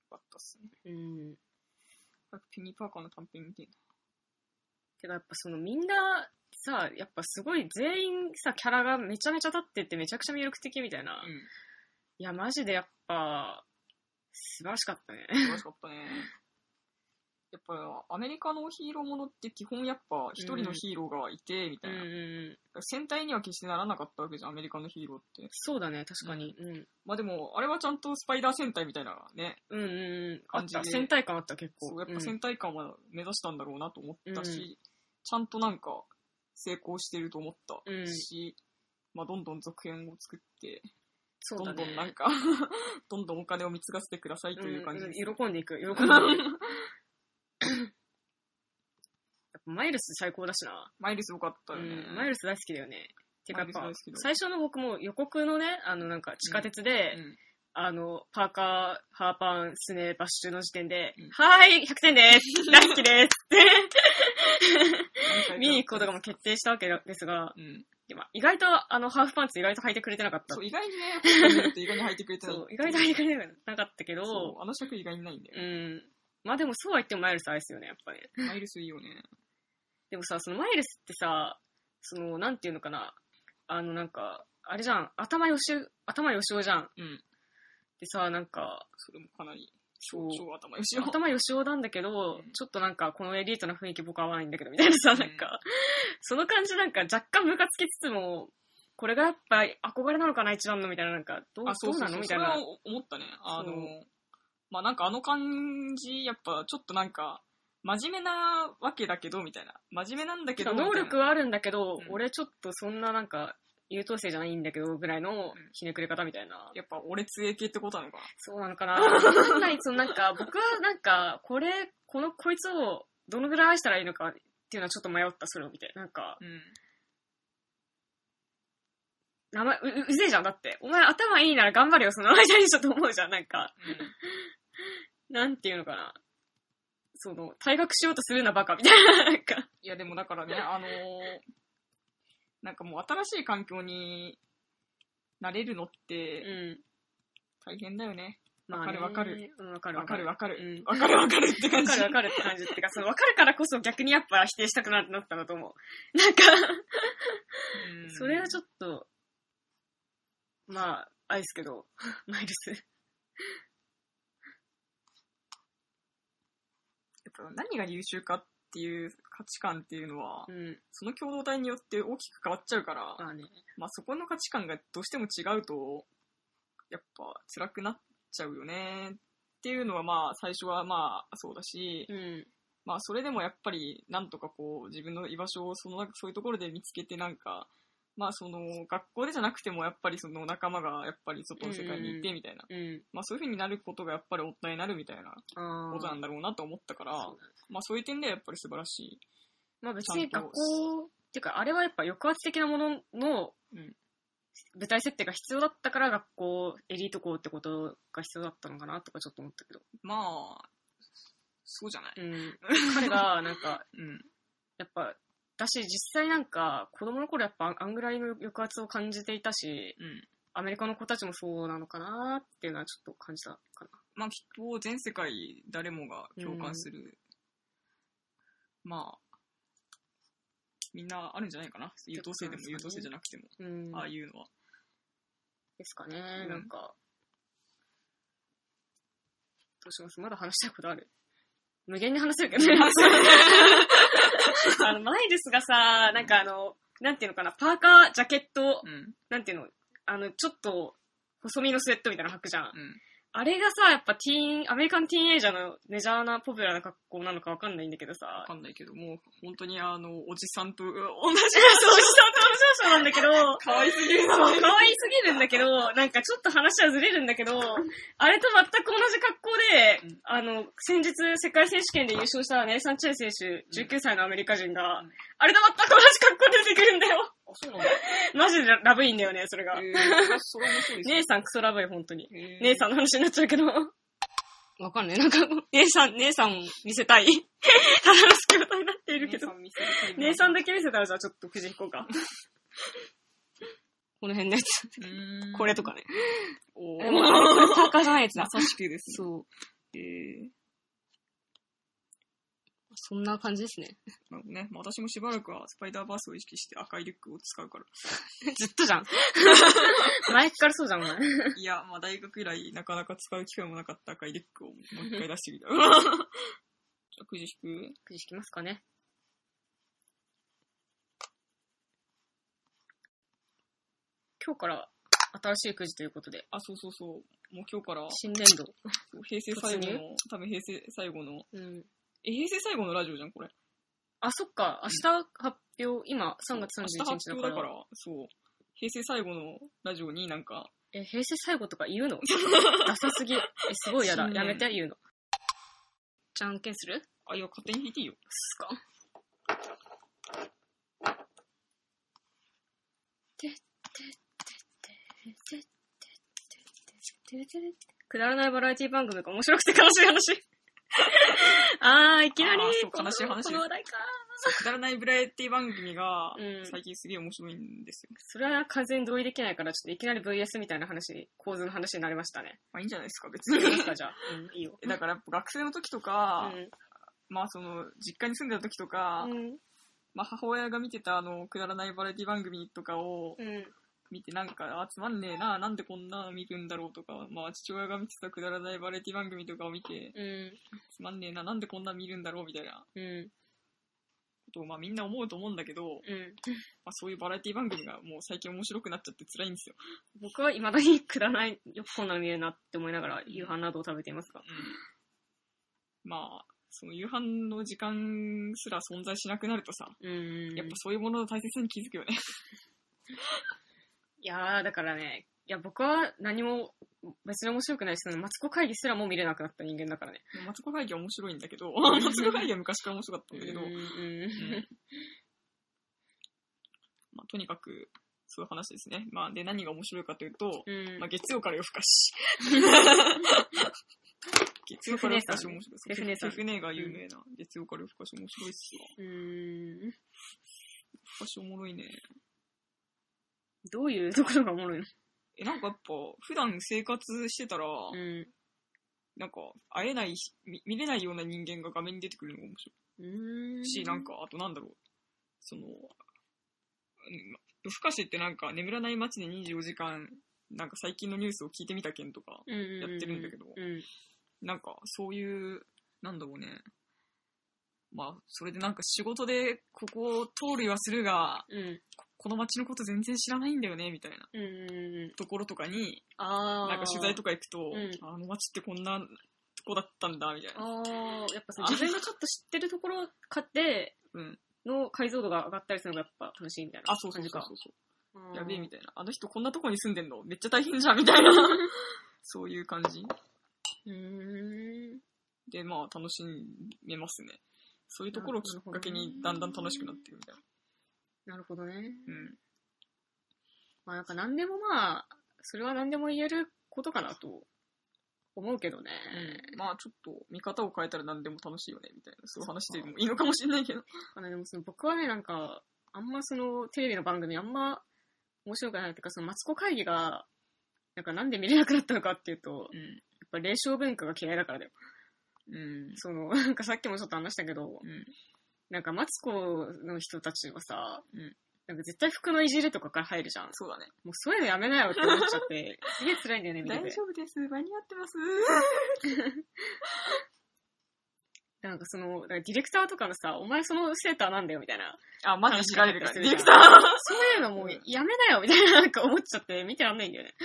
Speaker 2: よかったっすね。
Speaker 1: うん。
Speaker 2: 早くペニーパーカーの短編見てえな
Speaker 1: てかやっぱそのみんなさ、やっぱすごい全員さ、キャラがめちゃめちゃ立っててめちゃくちゃ魅力的みたいな。
Speaker 2: うん。
Speaker 1: いや、マジでやっぱ、素晴らしかったね。
Speaker 2: 素晴らしかったね。やっぱ、アメリカのヒーローものって基本やっぱ一人のヒーローがいて、みた
Speaker 1: う
Speaker 2: い
Speaker 1: んうん
Speaker 2: な。
Speaker 1: うん。
Speaker 2: 戦隊には決してならなかったわけじゃん、アメリカのヒーローって。
Speaker 1: そうだね、確かに。うん。
Speaker 2: まあでも、あれはちゃんとスパイダー戦隊みたいなね、
Speaker 1: うんうんうん。あっ
Speaker 2: 感じで
Speaker 1: た。戦隊感あった、結構。
Speaker 2: そうやっ
Speaker 1: う
Speaker 2: ぱ
Speaker 1: ん
Speaker 2: 戦隊感は目指したんだろうなと思ったし、
Speaker 1: う
Speaker 2: ちゃんとなんか成功してると思った
Speaker 1: うん
Speaker 2: し、まあどんどん続編を作って、
Speaker 1: そう
Speaker 2: ど
Speaker 1: だ
Speaker 2: んど
Speaker 1: ね
Speaker 2: ん。なんか、 どんどんお金を貢がせてくださいという感じ
Speaker 1: うん
Speaker 2: で
Speaker 1: う
Speaker 2: す。
Speaker 1: ん喜んでいく、喜んでいく。やっぱマイルス最高だしな。
Speaker 2: マイルス良かったよね。
Speaker 1: うん、マイルス大好きだよね。てかやっ
Speaker 2: マイ
Speaker 1: ぱ
Speaker 2: ルス大好きだ、
Speaker 1: 最初の僕も予告のね、あのなんか地下鉄で、
Speaker 2: うん
Speaker 1: あの、パーカー、ハーパン、スネー、バッシュの時点で、
Speaker 2: うん
Speaker 1: はーい、100点です大好きです
Speaker 2: 何回
Speaker 1: っ
Speaker 2: か
Speaker 1: て、見に行くことがもう決定したわけですが、
Speaker 2: うん。
Speaker 1: でまあ意外とあの、ハーフパンツ意外と履いてくれてなかった
Speaker 2: そう、。意外にね、本当に言って意外に入ってくれてな
Speaker 1: そ、
Speaker 2: いう
Speaker 1: 意外と履いてくれてなかったけど、
Speaker 2: そう、あの尺意外にないんだ
Speaker 1: う
Speaker 2: よ。
Speaker 1: ん。まあでもそうは言ってもマイルス愛ですよね、やっぱね。
Speaker 2: マイルスいいよね。
Speaker 1: でもさ、そのマイルスってさ、その、なんていうのかな、あのなんか、あれじゃん、頭よし、頭よしおじゃん。
Speaker 2: うん。
Speaker 1: でさ、なんか、
Speaker 2: それもかなり、
Speaker 1: そう
Speaker 2: 超頭よしよ。
Speaker 1: 頭よしおなんだけど、
Speaker 2: うん
Speaker 1: ちょっとなんか、このエリートな雰囲気僕合わないんだけど、みたいなさ、なんか、その感じなんか若干ムカつきつつも、これがやっぱ憧れなのかな、一番の、みたいな、なんか、どう
Speaker 2: あ、そう
Speaker 1: どう
Speaker 2: そう
Speaker 1: な
Speaker 2: そ
Speaker 1: の
Speaker 2: う。
Speaker 1: み
Speaker 2: そ
Speaker 1: たい
Speaker 2: れは
Speaker 1: な。
Speaker 2: 思ったね。あの
Speaker 1: そう、
Speaker 2: まあなんかあの感じ、やっぱちょっとなんか、真面目なわけだけど、みたいな。真面目なんだけど、
Speaker 1: 能力
Speaker 2: は、
Speaker 1: はあるんだけど、
Speaker 2: うん
Speaker 1: 俺ちょっとそんななんか、優等生じゃないんだけど、ぐらいのひねくれ方みたいな。
Speaker 2: やっぱ俺杖系ってことなのかな。
Speaker 1: そうなの かな。わかんない、そのなんか、僕はなんか、これ、この、こいつをどのぐらい愛したらいいのかっていうのはちょっと迷った、それを見て。なんか、
Speaker 2: うん。
Speaker 1: 名前、う、ううぜえじゃん、だって。お前頭いいなら頑張れよ、その間にちょっと思うじゃん、なんか。なんていうのかな。その、退学しようとするな、バカ、みたいな、なんか。
Speaker 2: いや、でも だからね、あのーなんかもう新しい環境になれるのっ
Speaker 1: う
Speaker 2: て
Speaker 1: ん。
Speaker 2: 大変だよね。
Speaker 1: まあね
Speaker 2: わかる
Speaker 1: うんわかる。
Speaker 2: わかるわかる。
Speaker 1: うん
Speaker 2: わかるわかるって感
Speaker 1: わか。
Speaker 2: じ
Speaker 1: るわかるって感じ。ってか、その、わかるからこそ逆にやっぱ否定したくなったんだと思う。なんか、
Speaker 2: うん
Speaker 1: それはちょっと、まあ、あれですけど、 マイルス。
Speaker 2: やっぱ何が優秀かっていう価値観っていうのは、
Speaker 1: うん。
Speaker 2: その共同体によって大きく変わっちゃうから、
Speaker 1: まあね。
Speaker 2: まあそこの価値観がどうしても違うと、やっぱ辛くなっちゃうよねっていうのはまあ最初はまあそうだし、
Speaker 1: うん。
Speaker 2: まあそれでもやっぱりなんとかこう自分の居場所をそのそういうところで見つけてなんか、まあその学校でじゃなくてもやっぱりその仲間がやっぱり外の世界にいてみたいな、
Speaker 1: うん。
Speaker 2: まあそういう風になることがやっぱり大人になるみたいな
Speaker 1: ああ。
Speaker 2: ことなんだろうなと思ったから、
Speaker 1: そうだね
Speaker 2: まあそういう点ではやっぱり素晴らしい。
Speaker 1: まあ別に
Speaker 2: ちゃんと
Speaker 1: 学校、っていうか、あれはやっぱ抑圧的なものの
Speaker 2: うん
Speaker 1: 舞台設定が必要だったから、学校、エリート校ってことが必要だったのかなとかちょっと思ったけど。
Speaker 2: まあ、そうじゃない。
Speaker 1: うん。彼が、なんか、
Speaker 2: うん。
Speaker 1: やっぱ、私実際なんか、子供の頃やっぱあんぐらいの抑圧を感じていたし、
Speaker 2: うん。
Speaker 1: アメリカの子たちもそうなのかなっていうのはちょっと感じたかな。
Speaker 2: まあきっと全世界誰もが共感する、まあ、みんなあるんじゃないかな。優等生でも優等生じゃなくても、
Speaker 1: うん。
Speaker 2: ああいうのは。
Speaker 1: ですかね、
Speaker 2: うん
Speaker 1: なんか。どうしますまだ話したいことある無限に話せるけ どね。あの、マイルスがさ、なんかあの、なんていうのかな、パーカー、ジャケット、
Speaker 2: うん。
Speaker 1: なんていうの、あの、ちょっと、細身のスウェットみたいなの履くじゃん。
Speaker 2: うん。
Speaker 1: あれがさ、やっぱティーン、アメリカンティーンエイジャーのメジャーなポピュラーな格好なのかわかんないんだけど
Speaker 2: わ
Speaker 1: さ。
Speaker 2: かんないけど、もう本当にあの、おじさんと同じ
Speaker 1: そ
Speaker 2: おじ
Speaker 1: う、おじさんとお嬢様なんだけど、
Speaker 2: かわいすぎる
Speaker 1: そう
Speaker 2: な。
Speaker 1: 可愛すぎるんだけど、なんかちょっと話はずれるんだけど、あれと全く同じ格好で、
Speaker 2: うん
Speaker 1: あの、先日世界選手権で優勝したネイサン・チェン選手、
Speaker 2: うん
Speaker 1: 19歳のアメリカ人が、
Speaker 2: うん
Speaker 1: あれと全く同じ格好で出てくるんだよ。
Speaker 2: そうなんだ。
Speaker 1: マジでラブいんだよね、それが。
Speaker 2: それ面白いですね。
Speaker 1: 姉さんクソラブい、本当に。
Speaker 2: えー
Speaker 1: 姉さんの話になっちゃうけど。わかんない。なんか、姉さん、姉さんを見せたい。話す状態になっているけど。
Speaker 2: 見せるタイプ
Speaker 1: 姉さんだけ見せたらじゃあちょっとくじ引こうか。この辺のやつ。
Speaker 2: うーん
Speaker 1: これとかね。
Speaker 2: お
Speaker 1: え
Speaker 2: ー
Speaker 1: もうパーカーじゃないやつだ
Speaker 2: ま。さしくですね。
Speaker 1: そう。
Speaker 2: えー
Speaker 3: そんな感じですね。
Speaker 2: なのでね、まあ、私もしばらくはスパイダーバースを意識して赤いリュックを使うから。
Speaker 3: ずっとじゃん。
Speaker 1: 前からそうじゃん、お前。
Speaker 2: いや、まあ、大学以来なかなか使う機会もなかった赤いリュックをもう 一回出してみた。くじ引く
Speaker 1: くじ引きますかね。今日から新しいくじということで、
Speaker 2: あ、そうそうそう。もう今日から、
Speaker 1: 新年度。
Speaker 2: 平成最後
Speaker 1: 突
Speaker 2: の、多分平成最後の、
Speaker 1: うん。
Speaker 2: え、平成最後のラジオじゃん、これ。
Speaker 1: あ、そっか、明日発表、今3月31日
Speaker 2: 明日発
Speaker 1: だ
Speaker 2: 表
Speaker 1: か
Speaker 2: だ
Speaker 1: ら。
Speaker 2: から、そう。平成最後のラジオになんか、
Speaker 1: え、平成最後とか言うのダサすぎ。え、すごいやだ。
Speaker 2: 新
Speaker 1: や
Speaker 2: 年
Speaker 1: めて、言うの。
Speaker 3: じゃんけんする
Speaker 2: あ、いや、勝手に引いていいよ。
Speaker 1: すか。くだらないバラエティ番組が面白くて悲しい話。あー、いきなり
Speaker 2: あーそう
Speaker 1: この
Speaker 2: 悲しい話
Speaker 1: この話題か。
Speaker 2: そうくだらないブラエティ番組が
Speaker 1: うん、
Speaker 2: 最近すげえ面白いんですよ。
Speaker 1: それは完全に同意できないから、ちょっといきなり VS みたいな話、構図の話になりましたね。
Speaker 2: まあいいんじゃないですか、別
Speaker 1: いい です
Speaker 2: に。
Speaker 1: か、じゃあ。うん、いいよ。
Speaker 2: だからやっぱ学生の時と
Speaker 1: う
Speaker 2: か、
Speaker 1: ん。
Speaker 2: まあその、実家に住んでた時とか、
Speaker 1: うん。
Speaker 2: まあ母親が見てたあの、くだらないバラエティ番組とかを
Speaker 1: うん。
Speaker 2: 見てなんか、あ、つまんねえな、なんでこんなの見るんだろうとか、まあ父親が見てたくだらないバラエティ番組とかを見て、
Speaker 1: うん。
Speaker 2: つまんねえな、なんでこんなの見るんだろうみたいな
Speaker 1: うん。
Speaker 2: ことをまあみんな思うと思うんだけど、
Speaker 1: うん。
Speaker 2: まあそういうバラエティ番組がもう最近面白くなっちゃって辛いんですよ。
Speaker 1: 僕はいまだにくだらない、よくこんなの見えるなって思いながら夕飯などを食べていますが。
Speaker 2: まあ、その夕飯の時間すら存在しなくなるとさ、
Speaker 1: うん。
Speaker 2: やっぱそういうものの大切さに気づくよね。
Speaker 1: いやー、だからね、いや、僕は何も別に面白くないし、そのマツコ会議すらも見れなくなった人間だからね。
Speaker 2: マツコ会議は面白いんだけど、マツコ会議は昔から面白かったんだけど、
Speaker 1: うんうん
Speaker 2: まあ、とにかく、そういう話ですね。まあ、で、何が面白いかというと、
Speaker 1: うん。
Speaker 2: まあ、月曜から夜更 かし。月曜から夜更かし面白い。
Speaker 1: セフネさんね
Speaker 2: セフネが有名な、月曜から夜更かし面白いっすよ。
Speaker 1: うん。
Speaker 2: 夜更かしおもろいね。
Speaker 1: どういうところがおもろいの
Speaker 2: え、なんかやっぱ、普段生活してたら、
Speaker 1: うん。
Speaker 2: なんか、会えないし、見見れないような人間が画面に出てくるのが面白
Speaker 1: うん
Speaker 2: いし、なんか、あとなんだろう、その、うんま夜更かしってなんか、眠らない街で24時間、なんか最近のニュースを聞いてみた件とか、
Speaker 1: うんうんうん、
Speaker 2: やってるんだけど
Speaker 1: うん。
Speaker 2: なんか、そういう、なんだろうね。まあ、それでなんか仕事でここを通るはするが、
Speaker 1: うん。
Speaker 2: ここの街のこと全然知らないんだよね、みたいな
Speaker 1: うんうんうん。
Speaker 2: ところとかに、
Speaker 1: あー。
Speaker 2: なんか取材とか行くと、
Speaker 1: うん
Speaker 2: あの街ってこんなとこだったんだ、みたいな。
Speaker 1: あー、やっぱその自分がちょっと知ってるところ買って、
Speaker 2: うん。
Speaker 1: の解像度が上がったりするのがやっぱ楽しいみたいな
Speaker 2: あ、そうそ
Speaker 1: 感
Speaker 2: う
Speaker 1: じ
Speaker 2: そう
Speaker 1: か。
Speaker 2: そう。
Speaker 1: うん
Speaker 2: やべえみたいな。あの人こんなとこに住んでんのめっちゃ大変じゃんみたいな。そういう感じ。
Speaker 1: うーん。
Speaker 2: で、まあ楽しめますね。そういうところをきっかけにだんだん楽しくなっていくみたいな。
Speaker 1: なるほどね。
Speaker 2: うん。
Speaker 1: まあなんか何でもまあ、それは何でも言えることかなと思うけどね。
Speaker 2: まあちょっと見方を変えたら何でも楽しいよねみたいな。そういう話でもいいのかもしれないけど。
Speaker 1: あのでもその僕はね、なんか、あんまそのテレビの番組あんま面白くないっていうか、そのマツコ会議が、なんかなんで見れなくなったのかっていうと、やっ
Speaker 2: うん。
Speaker 1: ぱ霊障文化が嫌いだからだよ。
Speaker 2: うん。
Speaker 1: その、なんかさっきもちょっと話したけど、
Speaker 2: うん。
Speaker 1: なんかマツコの人たちはさ、
Speaker 2: うん
Speaker 1: なんか絶対服のいじるとかから入るじゃん。
Speaker 2: そうだね。
Speaker 1: もうそういうのやめなよって思っちゃって、すげえ辛いんだよね、見て
Speaker 2: 大
Speaker 1: て。
Speaker 2: 丈夫です。間に合ってます。
Speaker 1: なんかその、なんかディレクターとかのさ、お前そのセーターなんだよみたいな。
Speaker 2: あ、マジで知られるから、ね。
Speaker 1: 話
Speaker 2: ディ
Speaker 1: が
Speaker 2: レクター。
Speaker 1: そういうのもうやめなよみたいななんか思っちゃ って見てらんないんだよね。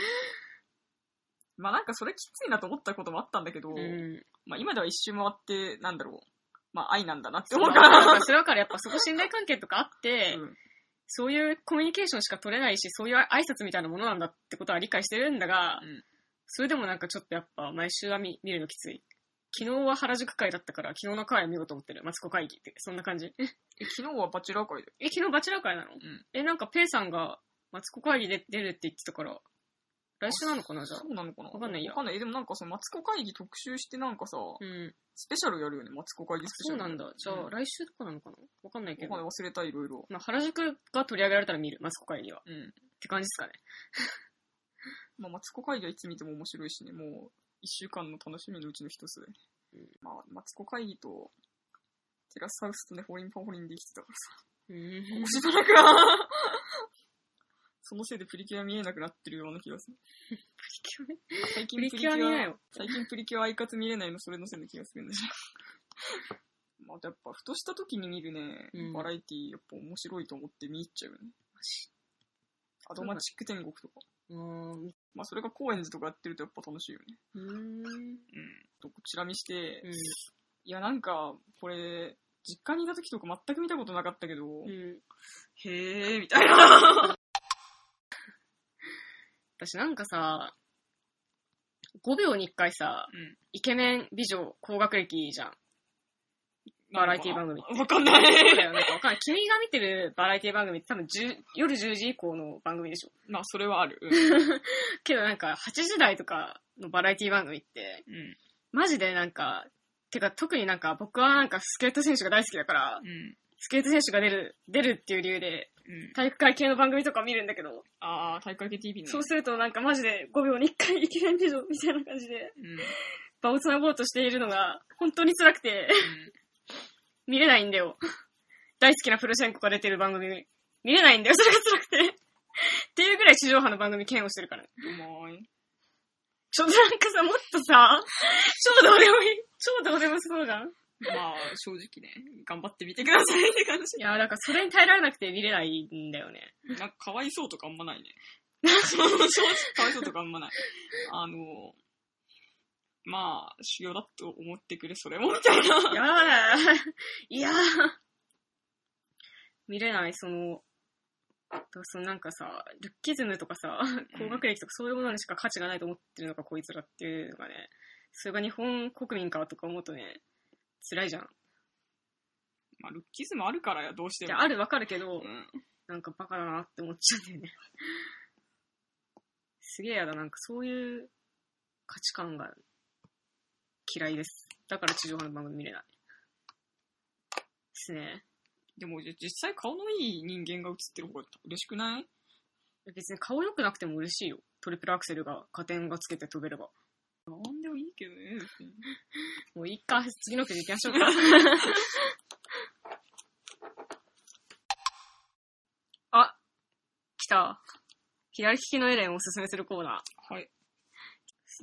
Speaker 2: まあなんかそれきついなと思ったこともあったんだけど、
Speaker 1: うん。
Speaker 2: まあ今では一周回って、なんだろう。まあ愛なんだなって思
Speaker 1: ま
Speaker 2: う
Speaker 1: あ
Speaker 2: から。
Speaker 1: なんかそれだからやっぱそこ信頼関係とかあって、
Speaker 2: うん
Speaker 1: そういうコミュニケーションしか取れないし、そういう挨拶みたいなものなんだってことは理解してるんだが、
Speaker 2: うん
Speaker 1: それでもなんかちょっとやっぱ毎週は見見るのきつい。昨日は原宿会だったから、昨日の会は見ようと思ってる。マツコ会議って、そんな感 じ。
Speaker 2: え昨日はバチェラー会で。
Speaker 1: え、昨日バチェラー会なの、
Speaker 2: ん
Speaker 1: え、なんかペイさんがマツコ会議で出るって言ってたから、来週なのかなじゃあ
Speaker 2: そ。うなのかな
Speaker 1: わかんないや
Speaker 2: わかんない。えでもなんかそのマツコ会議特集してなんかさ、
Speaker 1: うん。
Speaker 2: スペシャルやるよね、マツコ会議スペシ
Speaker 1: そ
Speaker 2: ャ
Speaker 1: う
Speaker 2: ル。
Speaker 1: なんだ。じゃあ、
Speaker 2: うん
Speaker 1: 来週とかなのかなわかんないけ
Speaker 2: わ
Speaker 1: ど
Speaker 2: かん。ない忘れた、いろいろ。
Speaker 1: まあ、原宿が取り上げられたら見る、マツコ会議は。っ
Speaker 2: うん。
Speaker 1: て感じですかね。
Speaker 2: まあ、マツコ会議はいつ見ても面白いしね、もう、一週間の楽しみのうちの一つで。
Speaker 1: うん
Speaker 2: まあ、マツコ会議と、てか、サウスとね、ホリンパホリンで生きてたからさ。
Speaker 1: うん
Speaker 2: しばらくは、そのせいでプリキュア見えなくなってるような気がする。最近
Speaker 1: プリキュア見なよ。
Speaker 2: 最近プリキュアアイカツ見れないのそれのせいな気がするんだ けど。まあ、やっぱ、ふとした時に見るね、
Speaker 1: うん
Speaker 2: バラエティやっぱ面白いと思って見入っちゃうよね。アドマチック天国とか。
Speaker 1: うん。
Speaker 2: まあ、それが高円寺とかやってるとやっぱ楽しいよね。
Speaker 1: うん。
Speaker 2: うん。と、チラ見して、いや、なんか、これ、実家にいた時とか全く見たことなかったけど、
Speaker 1: うん。
Speaker 2: へえー、みたいな。
Speaker 1: 私なんかさ、5秒に1回さ、
Speaker 2: うん
Speaker 1: イケメン、美女、高学歴じゃん。バラエティ番組
Speaker 2: わかんない。
Speaker 1: そうだよ、なんかわかんない。君が見てるバラエティ番組って多分10夜10時以降の番組でしょ。
Speaker 2: まあ、それはある。うん。
Speaker 1: けどなんか8時台とかのバラエティ番組って、
Speaker 2: うん。
Speaker 1: マジでなんか、てか特になんか僕はなんかスケート選手が大好きだから、
Speaker 2: うん。
Speaker 1: スケート選手が出る、出るっていう理由で
Speaker 2: うん。
Speaker 1: 体育会系の番組とか見るんだけど、
Speaker 2: ああ、体育会系 TV ね。
Speaker 1: そうするとなんかマジで5秒に1回イケメン美女みたいな感じで
Speaker 2: うん。うん。
Speaker 1: 場を繋ごうとしているのが本当に辛くて見れないんだよ。大好きなプロシェンコが出てる番組見れないんだよ、それが辛くて。っていうぐらい地上波の番組嫌悪してるから。
Speaker 2: うまい。
Speaker 1: ちょっとなんかさ、もっとさ、超どうでもいい、超どうでもそうじゃん
Speaker 2: まあ、正直ね、頑張ってみてくださいって感
Speaker 1: い
Speaker 2: じ。
Speaker 1: や、だからそれに耐えられなくて見れないんだよね。
Speaker 2: なんか、かわいそうとかあんまないね。正直、かわいそうとかあんまない。あの、まあ、修行だと思ってくれ、それも、みたいな。
Speaker 1: いやー、いやー、見れない、その、だからそのなんかさ、ルッキズムとかさ、高学歴とかそういうものにしか価値がないと思ってるのか、こいつらっていうのがね、それが日本国民かとか思うとね、辛いじゃん。
Speaker 2: まあ、ルッキズムあるからや、どうして
Speaker 1: い
Speaker 2: も。
Speaker 1: や、あるわかるけど
Speaker 2: う、ん。
Speaker 1: なんかバカだなって思っちゃうんだよね。すげえやだ、なんかそういう価値観が嫌いです。だから地上波の番組見れない。ですね。
Speaker 2: でも、じゃ実際顔のいい人間が映ってる方が嬉しくない
Speaker 1: 別に顔良くなくても嬉しいよ。トリプルアクセルが加点がつけて飛べれば。
Speaker 2: なんでもいいけどね、別に
Speaker 1: もういいか、次のくじ行きましょうか。あ、来た。左利きのエレンをおすすめするコーナー。
Speaker 2: はい。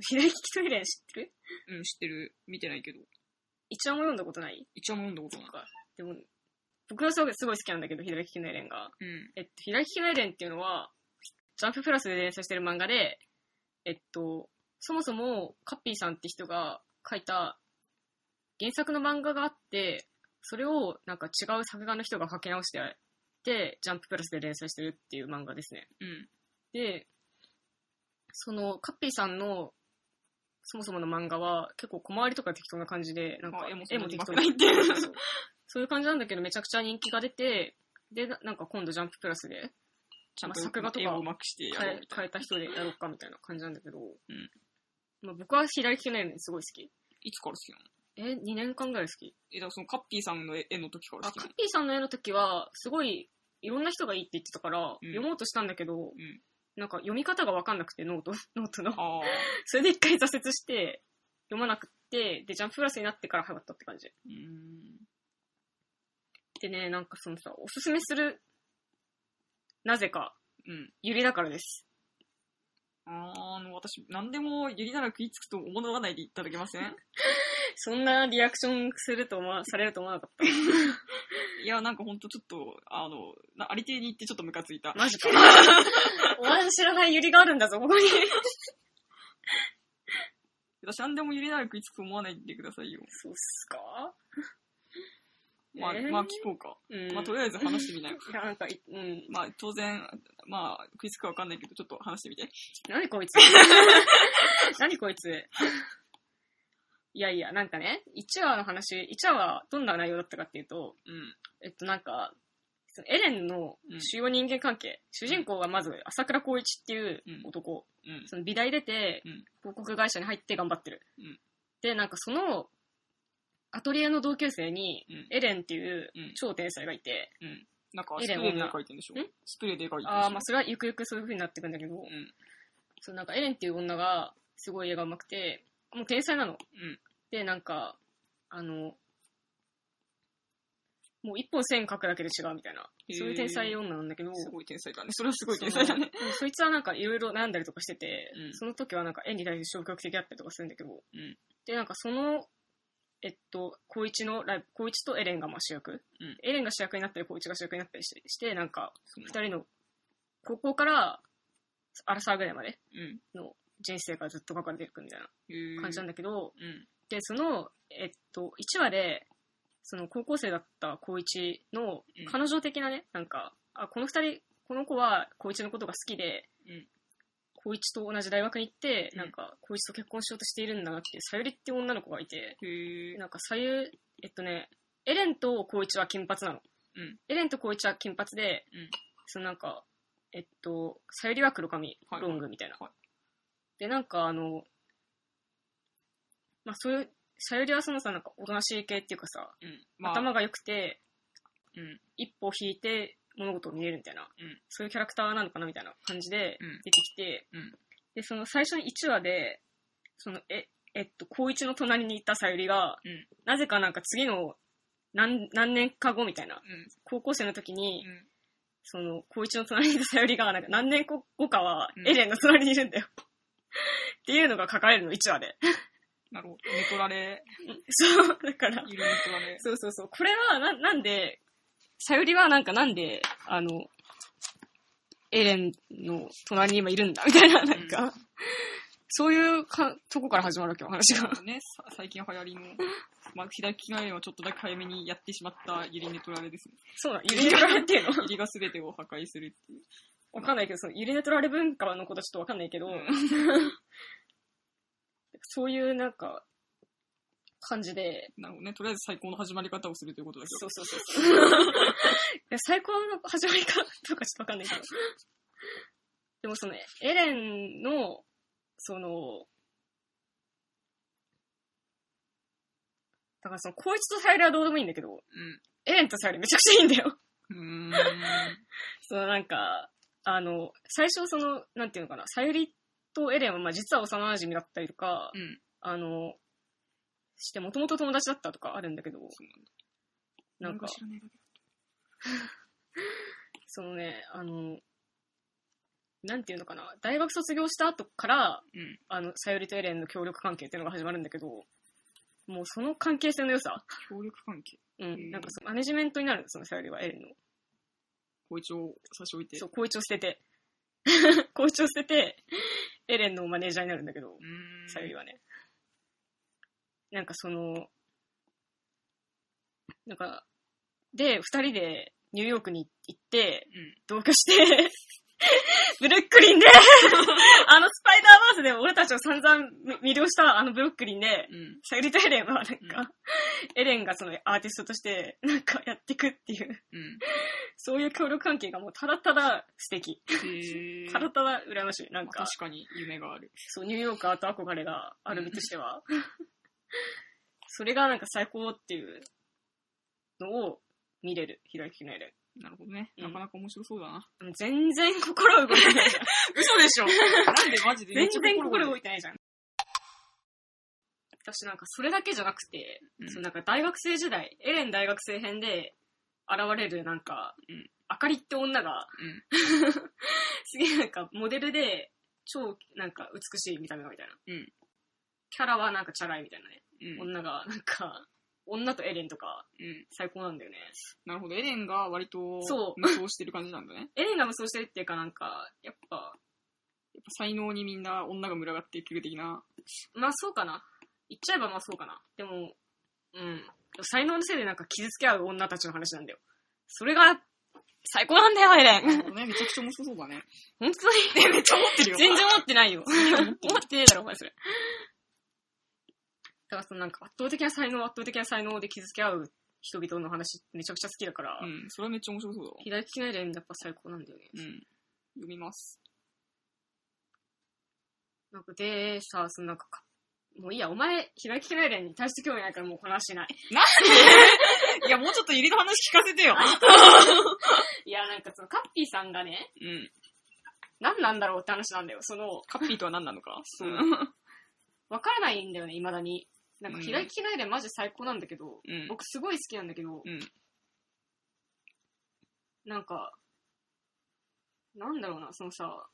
Speaker 1: 左利きのエレン知ってる
Speaker 2: うん、知ってる。見てないけど。
Speaker 1: 一応も読んだことない
Speaker 2: 一応飲んだことない。
Speaker 1: でも、僕はすごいすごい好きなんだけど、左利きのエレンが。
Speaker 2: うん。
Speaker 1: えっと、左利きのエレンっていうのは、ジャンププラスで連載してる漫画で、えっと、そもそもカッピーさんって人が書いた原作の漫画があって、それをなんか違う作画の人が書き直してあって、ジャンププラスで連載してるっていう漫画ですね。
Speaker 2: うん。
Speaker 1: で、そのカッピーさんのそもそもの漫画は結構小回りとか適当な感じで、なんか
Speaker 2: あ絵も そ
Speaker 1: 絵
Speaker 2: んな
Speaker 1: も
Speaker 2: に
Speaker 1: 適当
Speaker 2: 上手くないっていう
Speaker 1: そうそういう感じなんだけど、めちゃくちゃ人気が出て、で、ななんか今度ジャンププラスで
Speaker 2: ちゃんと
Speaker 1: まあ作画とか
Speaker 2: 絵をうまくしてや
Speaker 1: 変
Speaker 2: ろう
Speaker 1: え
Speaker 2: みた
Speaker 1: 変
Speaker 2: い
Speaker 1: え
Speaker 2: な。
Speaker 1: た人でやろうかみたいな感じなんだけど、
Speaker 2: ん
Speaker 1: まあ、僕は左利きのエレンすごい好き。
Speaker 2: いつから好きなの
Speaker 1: え、2年間ぐらい好き。
Speaker 2: え、だからそのカッピーさんの絵の時から
Speaker 1: あ、
Speaker 2: 好きな
Speaker 1: カッ
Speaker 2: の
Speaker 1: ピーさんの絵の時は、すごい、いろんな人がいいって言ってたから、
Speaker 2: うん
Speaker 1: 読もうとしたんだけど、
Speaker 2: ん
Speaker 1: なんか読み方がわかんなくて、ノート、 ノートの。
Speaker 2: ああ。
Speaker 1: それで一回挫折して、読まなくて、で、ジャンププラスになってからハマったって感じ。
Speaker 2: うーん。
Speaker 1: でね、なんかそのさ、おすすめする、なぜか、
Speaker 2: うん。
Speaker 1: ゆりだからです。
Speaker 2: あーあの、私、何でもゆりなら食いつくと思わないでいただけませ ん
Speaker 1: そんなリアクションすると思わ、されると思わなかっ
Speaker 2: いや、なんかほんとちょっと、あの、なありていに行ってちょっとムカついた
Speaker 1: た。。マジか。 お前の知らないゆりがあるんだぞ、ここに。
Speaker 2: 私、何でもゆりなら食いつくと思わないでくださいよ。
Speaker 1: そうっすか
Speaker 2: まあ、
Speaker 1: えー
Speaker 2: まあ、聞こうか。
Speaker 1: うん。
Speaker 2: まあ、とりあえず話してみなよ。
Speaker 1: いや、なんかい、うん。
Speaker 2: まあ、当然、まあ、食いつくかわかんないけど、ちょっと話してみて。
Speaker 1: 何こい つ何こいついやいや、なんかね、1話の話、1話はどんな内容だったかっていうと、
Speaker 2: うん。
Speaker 1: えっとなんか、そのエレンの主要人間関係、主人公がまず朝倉光一っていう男、
Speaker 2: うん。
Speaker 1: その美大出て、
Speaker 2: うん
Speaker 1: 広告会社に入って頑張ってる。
Speaker 2: うん
Speaker 1: で、なんかその、アトリエの同級生に、
Speaker 2: うん
Speaker 1: エレンっていう
Speaker 2: うん
Speaker 1: 超天才がいて、
Speaker 2: うん。なんか、
Speaker 1: エ
Speaker 2: スプ
Speaker 1: レン
Speaker 2: レーで
Speaker 1: 女
Speaker 2: 書いてんでしょ
Speaker 1: ん
Speaker 2: スプレーで書いてんでしょ
Speaker 1: ああ、まあそれはゆくゆくそういう風になってくんだけど、
Speaker 2: うん。
Speaker 1: そのなんかエレンっていう女がすごい絵が上手くて、もう天才なの。
Speaker 2: うん
Speaker 1: で、なんか、あの、もう一本線書くだけで違うみたいな。そういう天才女なんだけど、
Speaker 2: すごい天才だね。それはすごい天才だね。
Speaker 1: そのそいつはなんかいろいろ悩んだりとかしてて、
Speaker 2: うん
Speaker 1: その時はなんか絵に対して消極的だったりとかするんだけど、
Speaker 2: ん
Speaker 1: で、なんかその、えっと、高一のライブ、高一とエレンがまあ主役、
Speaker 2: ん
Speaker 1: エレンが主役になったり、高一が主役になったりして、してなんか
Speaker 2: そう
Speaker 1: 二人の高校からアラサーぐらいまで
Speaker 2: うん。
Speaker 1: の人生がずっと書かれていくみたいな
Speaker 2: へー
Speaker 1: 感じなんだけど、
Speaker 2: うん。
Speaker 1: で、その、えっと、1話で、その高校生だった高一の
Speaker 2: うん
Speaker 1: 彼女的なね、なんか、あ、この二人、この子は高一のことが好きで、
Speaker 2: うん
Speaker 1: 高一と同じ大学に行って、
Speaker 2: うん
Speaker 1: なんか、高一と結婚しようとしているんだなっていう、さゆりっていう女の子がいて、
Speaker 2: へえ。
Speaker 1: なんか、さゆ、えっとね、エレンと高一は金髪なの。
Speaker 2: うん
Speaker 1: エレンと高一は金髪で、
Speaker 2: うん
Speaker 1: そのなんか、えっと、さゆりは黒髪、
Speaker 2: はい
Speaker 1: ロングみたいな。
Speaker 2: はい
Speaker 1: で、なんかあの、まあそういう、さゆりはそのさ、なんかおとなしい系っていうかさ、
Speaker 2: うん。まあ、
Speaker 1: 頭が良くて、
Speaker 2: うん。
Speaker 1: 一歩引いて物事を見えるみたいな、
Speaker 2: うん
Speaker 1: そういうキャラクターなのかなみたいな感じで
Speaker 2: うん
Speaker 1: 出てきて、
Speaker 2: うん
Speaker 1: で、その最初の1話で、その、え、えっと、高一の隣にいたさゆりが、
Speaker 2: うん
Speaker 1: なぜかなんか次の何何年か後みたいな、
Speaker 2: うん。
Speaker 1: 高校生の時に、
Speaker 2: うん。
Speaker 1: その、高一の隣にいたさゆりが、なんか何年後かは
Speaker 2: う、ん
Speaker 1: エレンの隣にいるんだよ。っていうのが書かれるの、1話 で。
Speaker 2: なるほど。寝取られ、
Speaker 1: そう、だから。
Speaker 2: いる寝取られ。
Speaker 1: そうそうそう。これは、な、なんで、さゆりはなんかなんで、あの、エレンの隣に今いるんだ、みたいな、なんか、そういうかとこから始まるわけよ、話が。
Speaker 2: ね、さ最近流行りの、まあ、開き替えをちょっとだけ早めにやってしまったゆり寝取られですね。
Speaker 1: そうなの、ゆりねとられっていうの
Speaker 2: ゆりが全てを破壊するっていう。
Speaker 1: わかんないけど、そのゆりねとられ文化のことはちょっとわかんないけど、そういうなんか、感じで、
Speaker 2: なるほどね。とりあえず最高の始まり方をするということだけど。
Speaker 1: そうそうそうそう。 いや最高の始まり方とかちょっとわかんないけど。でもその、エレンの、その、だからその、こいつとサイルはどうでもいいんだけど、エレンとサイルめちゃくちゃいいんだよ。
Speaker 2: うん。うーん。
Speaker 1: そのなんか、あの、最初その、なんていうのかな、サユリとエレンはまあ実は幼馴染だったりとか、
Speaker 2: うん。
Speaker 1: あの、して、もともと友達だったとかあるんだけど、
Speaker 2: うなん
Speaker 1: なんか、
Speaker 2: 知らないだけ
Speaker 1: そのね、あの、なんていうのかな、大学卒業した後から、
Speaker 2: うん
Speaker 1: あの、さゆりとエレンの協力関係っていうのが始まるんだけど、もうその関係性の良さ、
Speaker 2: 協力関係。
Speaker 1: うん、
Speaker 2: ん
Speaker 1: なんかそのマネジメントになるの、そのさゆりはエレンの。
Speaker 2: 校長を差し置いて。
Speaker 1: そう、校長捨て て。校長捨てて、エレンのマネージャーになるんだけど、
Speaker 2: うーん。
Speaker 1: さゆりはね。なんかその、なんか、で、二人でニューヨークに行って、
Speaker 2: うん。
Speaker 1: 同居して、 ブルック リンで、あのスパイダーバースで俺たちを散々魅了したあのブルックリンで、
Speaker 2: うん。
Speaker 1: サユリとエレンはなんか、
Speaker 2: うん
Speaker 1: エレンがそのアーティストとしてなんかやっていくっていう、
Speaker 2: うん。
Speaker 1: そういう協力関係がもうただただ素敵。
Speaker 2: へー
Speaker 1: ただただ羨ましい。なん
Speaker 2: ま
Speaker 1: か、
Speaker 2: あ確かに夢がある。
Speaker 1: そう、ニューヨーカーと憧れがある身としては、 それがなんか最高っていうのを見れる、平木のエレン。
Speaker 2: なるほどね。
Speaker 1: うん
Speaker 2: なかなか面白そうだな。
Speaker 1: もう全然心動かないじゃん。
Speaker 2: 嘘でしょなんでマジで
Speaker 1: 全然心
Speaker 2: を。
Speaker 1: 動いてないじゃん。私なんかそれだけじゃなくて、
Speaker 2: うん
Speaker 1: そのなんか大学生時代、エレン大学生編で現れるなんか、
Speaker 2: うん
Speaker 1: あかりって女が、
Speaker 2: うん。
Speaker 1: すげえなんかモデルで超なんか美しい見た目がみたいな。
Speaker 2: うん
Speaker 1: キャラはなんかチャラいみたいなね。
Speaker 2: うん。
Speaker 1: 女がなんか、女とエレンとか
Speaker 2: うん。
Speaker 1: 最高なんだよね。
Speaker 2: なるほど。エレンが割と、
Speaker 1: そう
Speaker 2: 無双してる感じなんだね。やっ
Speaker 1: エレンが無双してるっていうかなんか、やっぱ、
Speaker 2: ぱ才能にみんな女が群がっていくる的な。
Speaker 1: まあそうかな。言っちゃえばまあそうかな。でも、うん。才能のせいでなんか傷つけ合う女たちの話なんだよ。それが、最高なんだ よ、エレン。
Speaker 2: なるほどね。めちゃくちゃ面白そうだね。
Speaker 1: 本当に。めっちゃ思って
Speaker 2: る よ
Speaker 1: 全然思ってない よ。思ってねえだろ、お前それ。だからそのなんか圧倒的な才能、圧倒的な才能で傷つけ合う人々の話めちゃくちゃ好きだから、
Speaker 2: うん。それはめっちゃ面白そうだわ。
Speaker 1: 左利きのエレンやっぱ最高なんだよね。
Speaker 2: うん。読みます。
Speaker 1: なんかで、さ、そのなんかか、もういいや、お前、左利きのエレンに対して興味ないからもうこの話しない。
Speaker 2: いや、もうちょっとゆりの話聞かせてよ。
Speaker 1: いや、なんかそのカッピーさんがね、
Speaker 2: うん。
Speaker 1: 何なんだろうって話なんだよ。その、
Speaker 2: カッピーとは何なのか。
Speaker 1: そう
Speaker 2: うん。
Speaker 1: わからないんだよね、未だに。なんか、
Speaker 2: うん
Speaker 1: 左利きのエレンマジ最高なんだけど、
Speaker 2: うん
Speaker 1: 僕すごい好きなんだけど、
Speaker 2: うん
Speaker 1: なんか、なんだろうな、そのさ、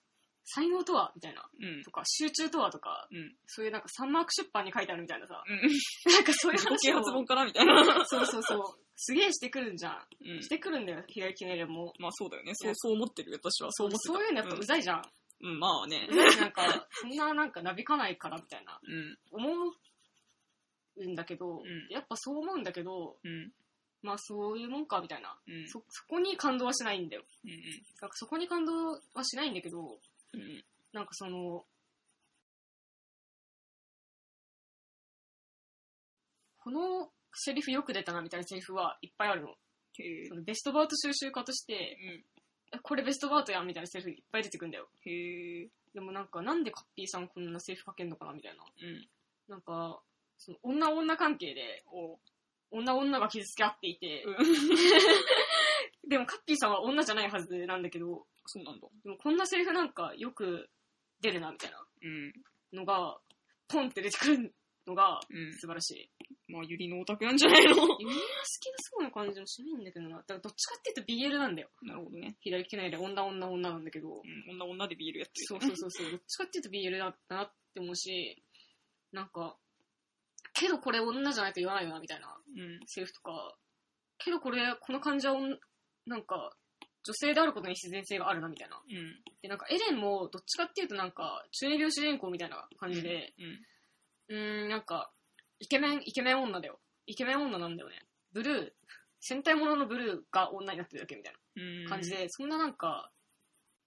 Speaker 1: 才能とはみたいな。
Speaker 2: うん。
Speaker 1: とか、集中とはとか、
Speaker 2: うん。
Speaker 1: そういうなんかサンマーク出版に書いてあるみたいな さ。
Speaker 2: うん。
Speaker 1: なんかそういう
Speaker 2: 自己
Speaker 1: 話
Speaker 2: 啓
Speaker 1: を。
Speaker 2: 発本かなみたいな。うん。
Speaker 1: そうそうそう。すげえしてくるんじゃん。してくるんだよ、ひらきねれも。
Speaker 2: まあそうだよね。そう、そう思ってる。私はそう思ってた。
Speaker 1: そういうのやっぱうざいじゃん。
Speaker 2: うん。うん、まあね
Speaker 1: う。ざいなんか、そんななんかなびかないからみたいな。
Speaker 2: うん。
Speaker 1: 思うんだけど、
Speaker 2: ん
Speaker 1: やっぱそう思うんだけど、
Speaker 2: うん。
Speaker 1: まあそういうもんかみたいな。
Speaker 2: うん。
Speaker 1: そ、そこに感動はしないんだよ。
Speaker 2: うん。
Speaker 1: なんかそこに感動はしないんだけど、
Speaker 2: うん。うん。
Speaker 1: なんかその、このセリフよく出たなみたいなセリフはいっぱいあるの。
Speaker 2: へえ
Speaker 1: そ。のベストバウト収集家として、
Speaker 2: うん。
Speaker 1: えこれベストバウトやんみたいなセリフいっぱい出てくんだよ。
Speaker 2: へえ。
Speaker 1: でもなんか、なんでカッピーさんこんなセリフ書けんのかなみたいな。
Speaker 2: うん。
Speaker 1: なんか、その女女関係で、女女が傷つけ合っていて、 でもカッピーさんは女じゃないはずなんだけど、
Speaker 2: そうなんだ。
Speaker 1: でもこんなセリフなんかよく出るなみたいな
Speaker 2: うん。
Speaker 1: のが、ポンって出てくるのが
Speaker 2: うん。
Speaker 1: 素晴らしい。
Speaker 2: まあ、ゆりのオタクなんじゃないの
Speaker 1: ユニバース系のすごいな感じもしないんだけどな。だからどっちかっていうと BL なんだよ。
Speaker 2: なるほどね。
Speaker 1: 左利きないで女女女なんだけど。
Speaker 2: うん。女女でビールやってる。
Speaker 1: そうそうそう そう。どっちかっていうと BL だったなって思うし、なんか、けどこれ女じゃないと言わないよなみたいな
Speaker 2: うん。
Speaker 1: セリフとか、けどこれ、この感じは女、なんか、女性であることに自然性があるなみたいな。
Speaker 2: うん。
Speaker 1: で、なんかエレンもどっちかっていうとなんか、中二病主人公みたいな感じで、
Speaker 2: うん。
Speaker 1: うーん、なんか、イケメン、イケメン女だよ。イケメン女なんだよね。ブルー、戦隊もののブルーが女になってるだけみたい
Speaker 2: うん。
Speaker 1: な感じで、そんななんか、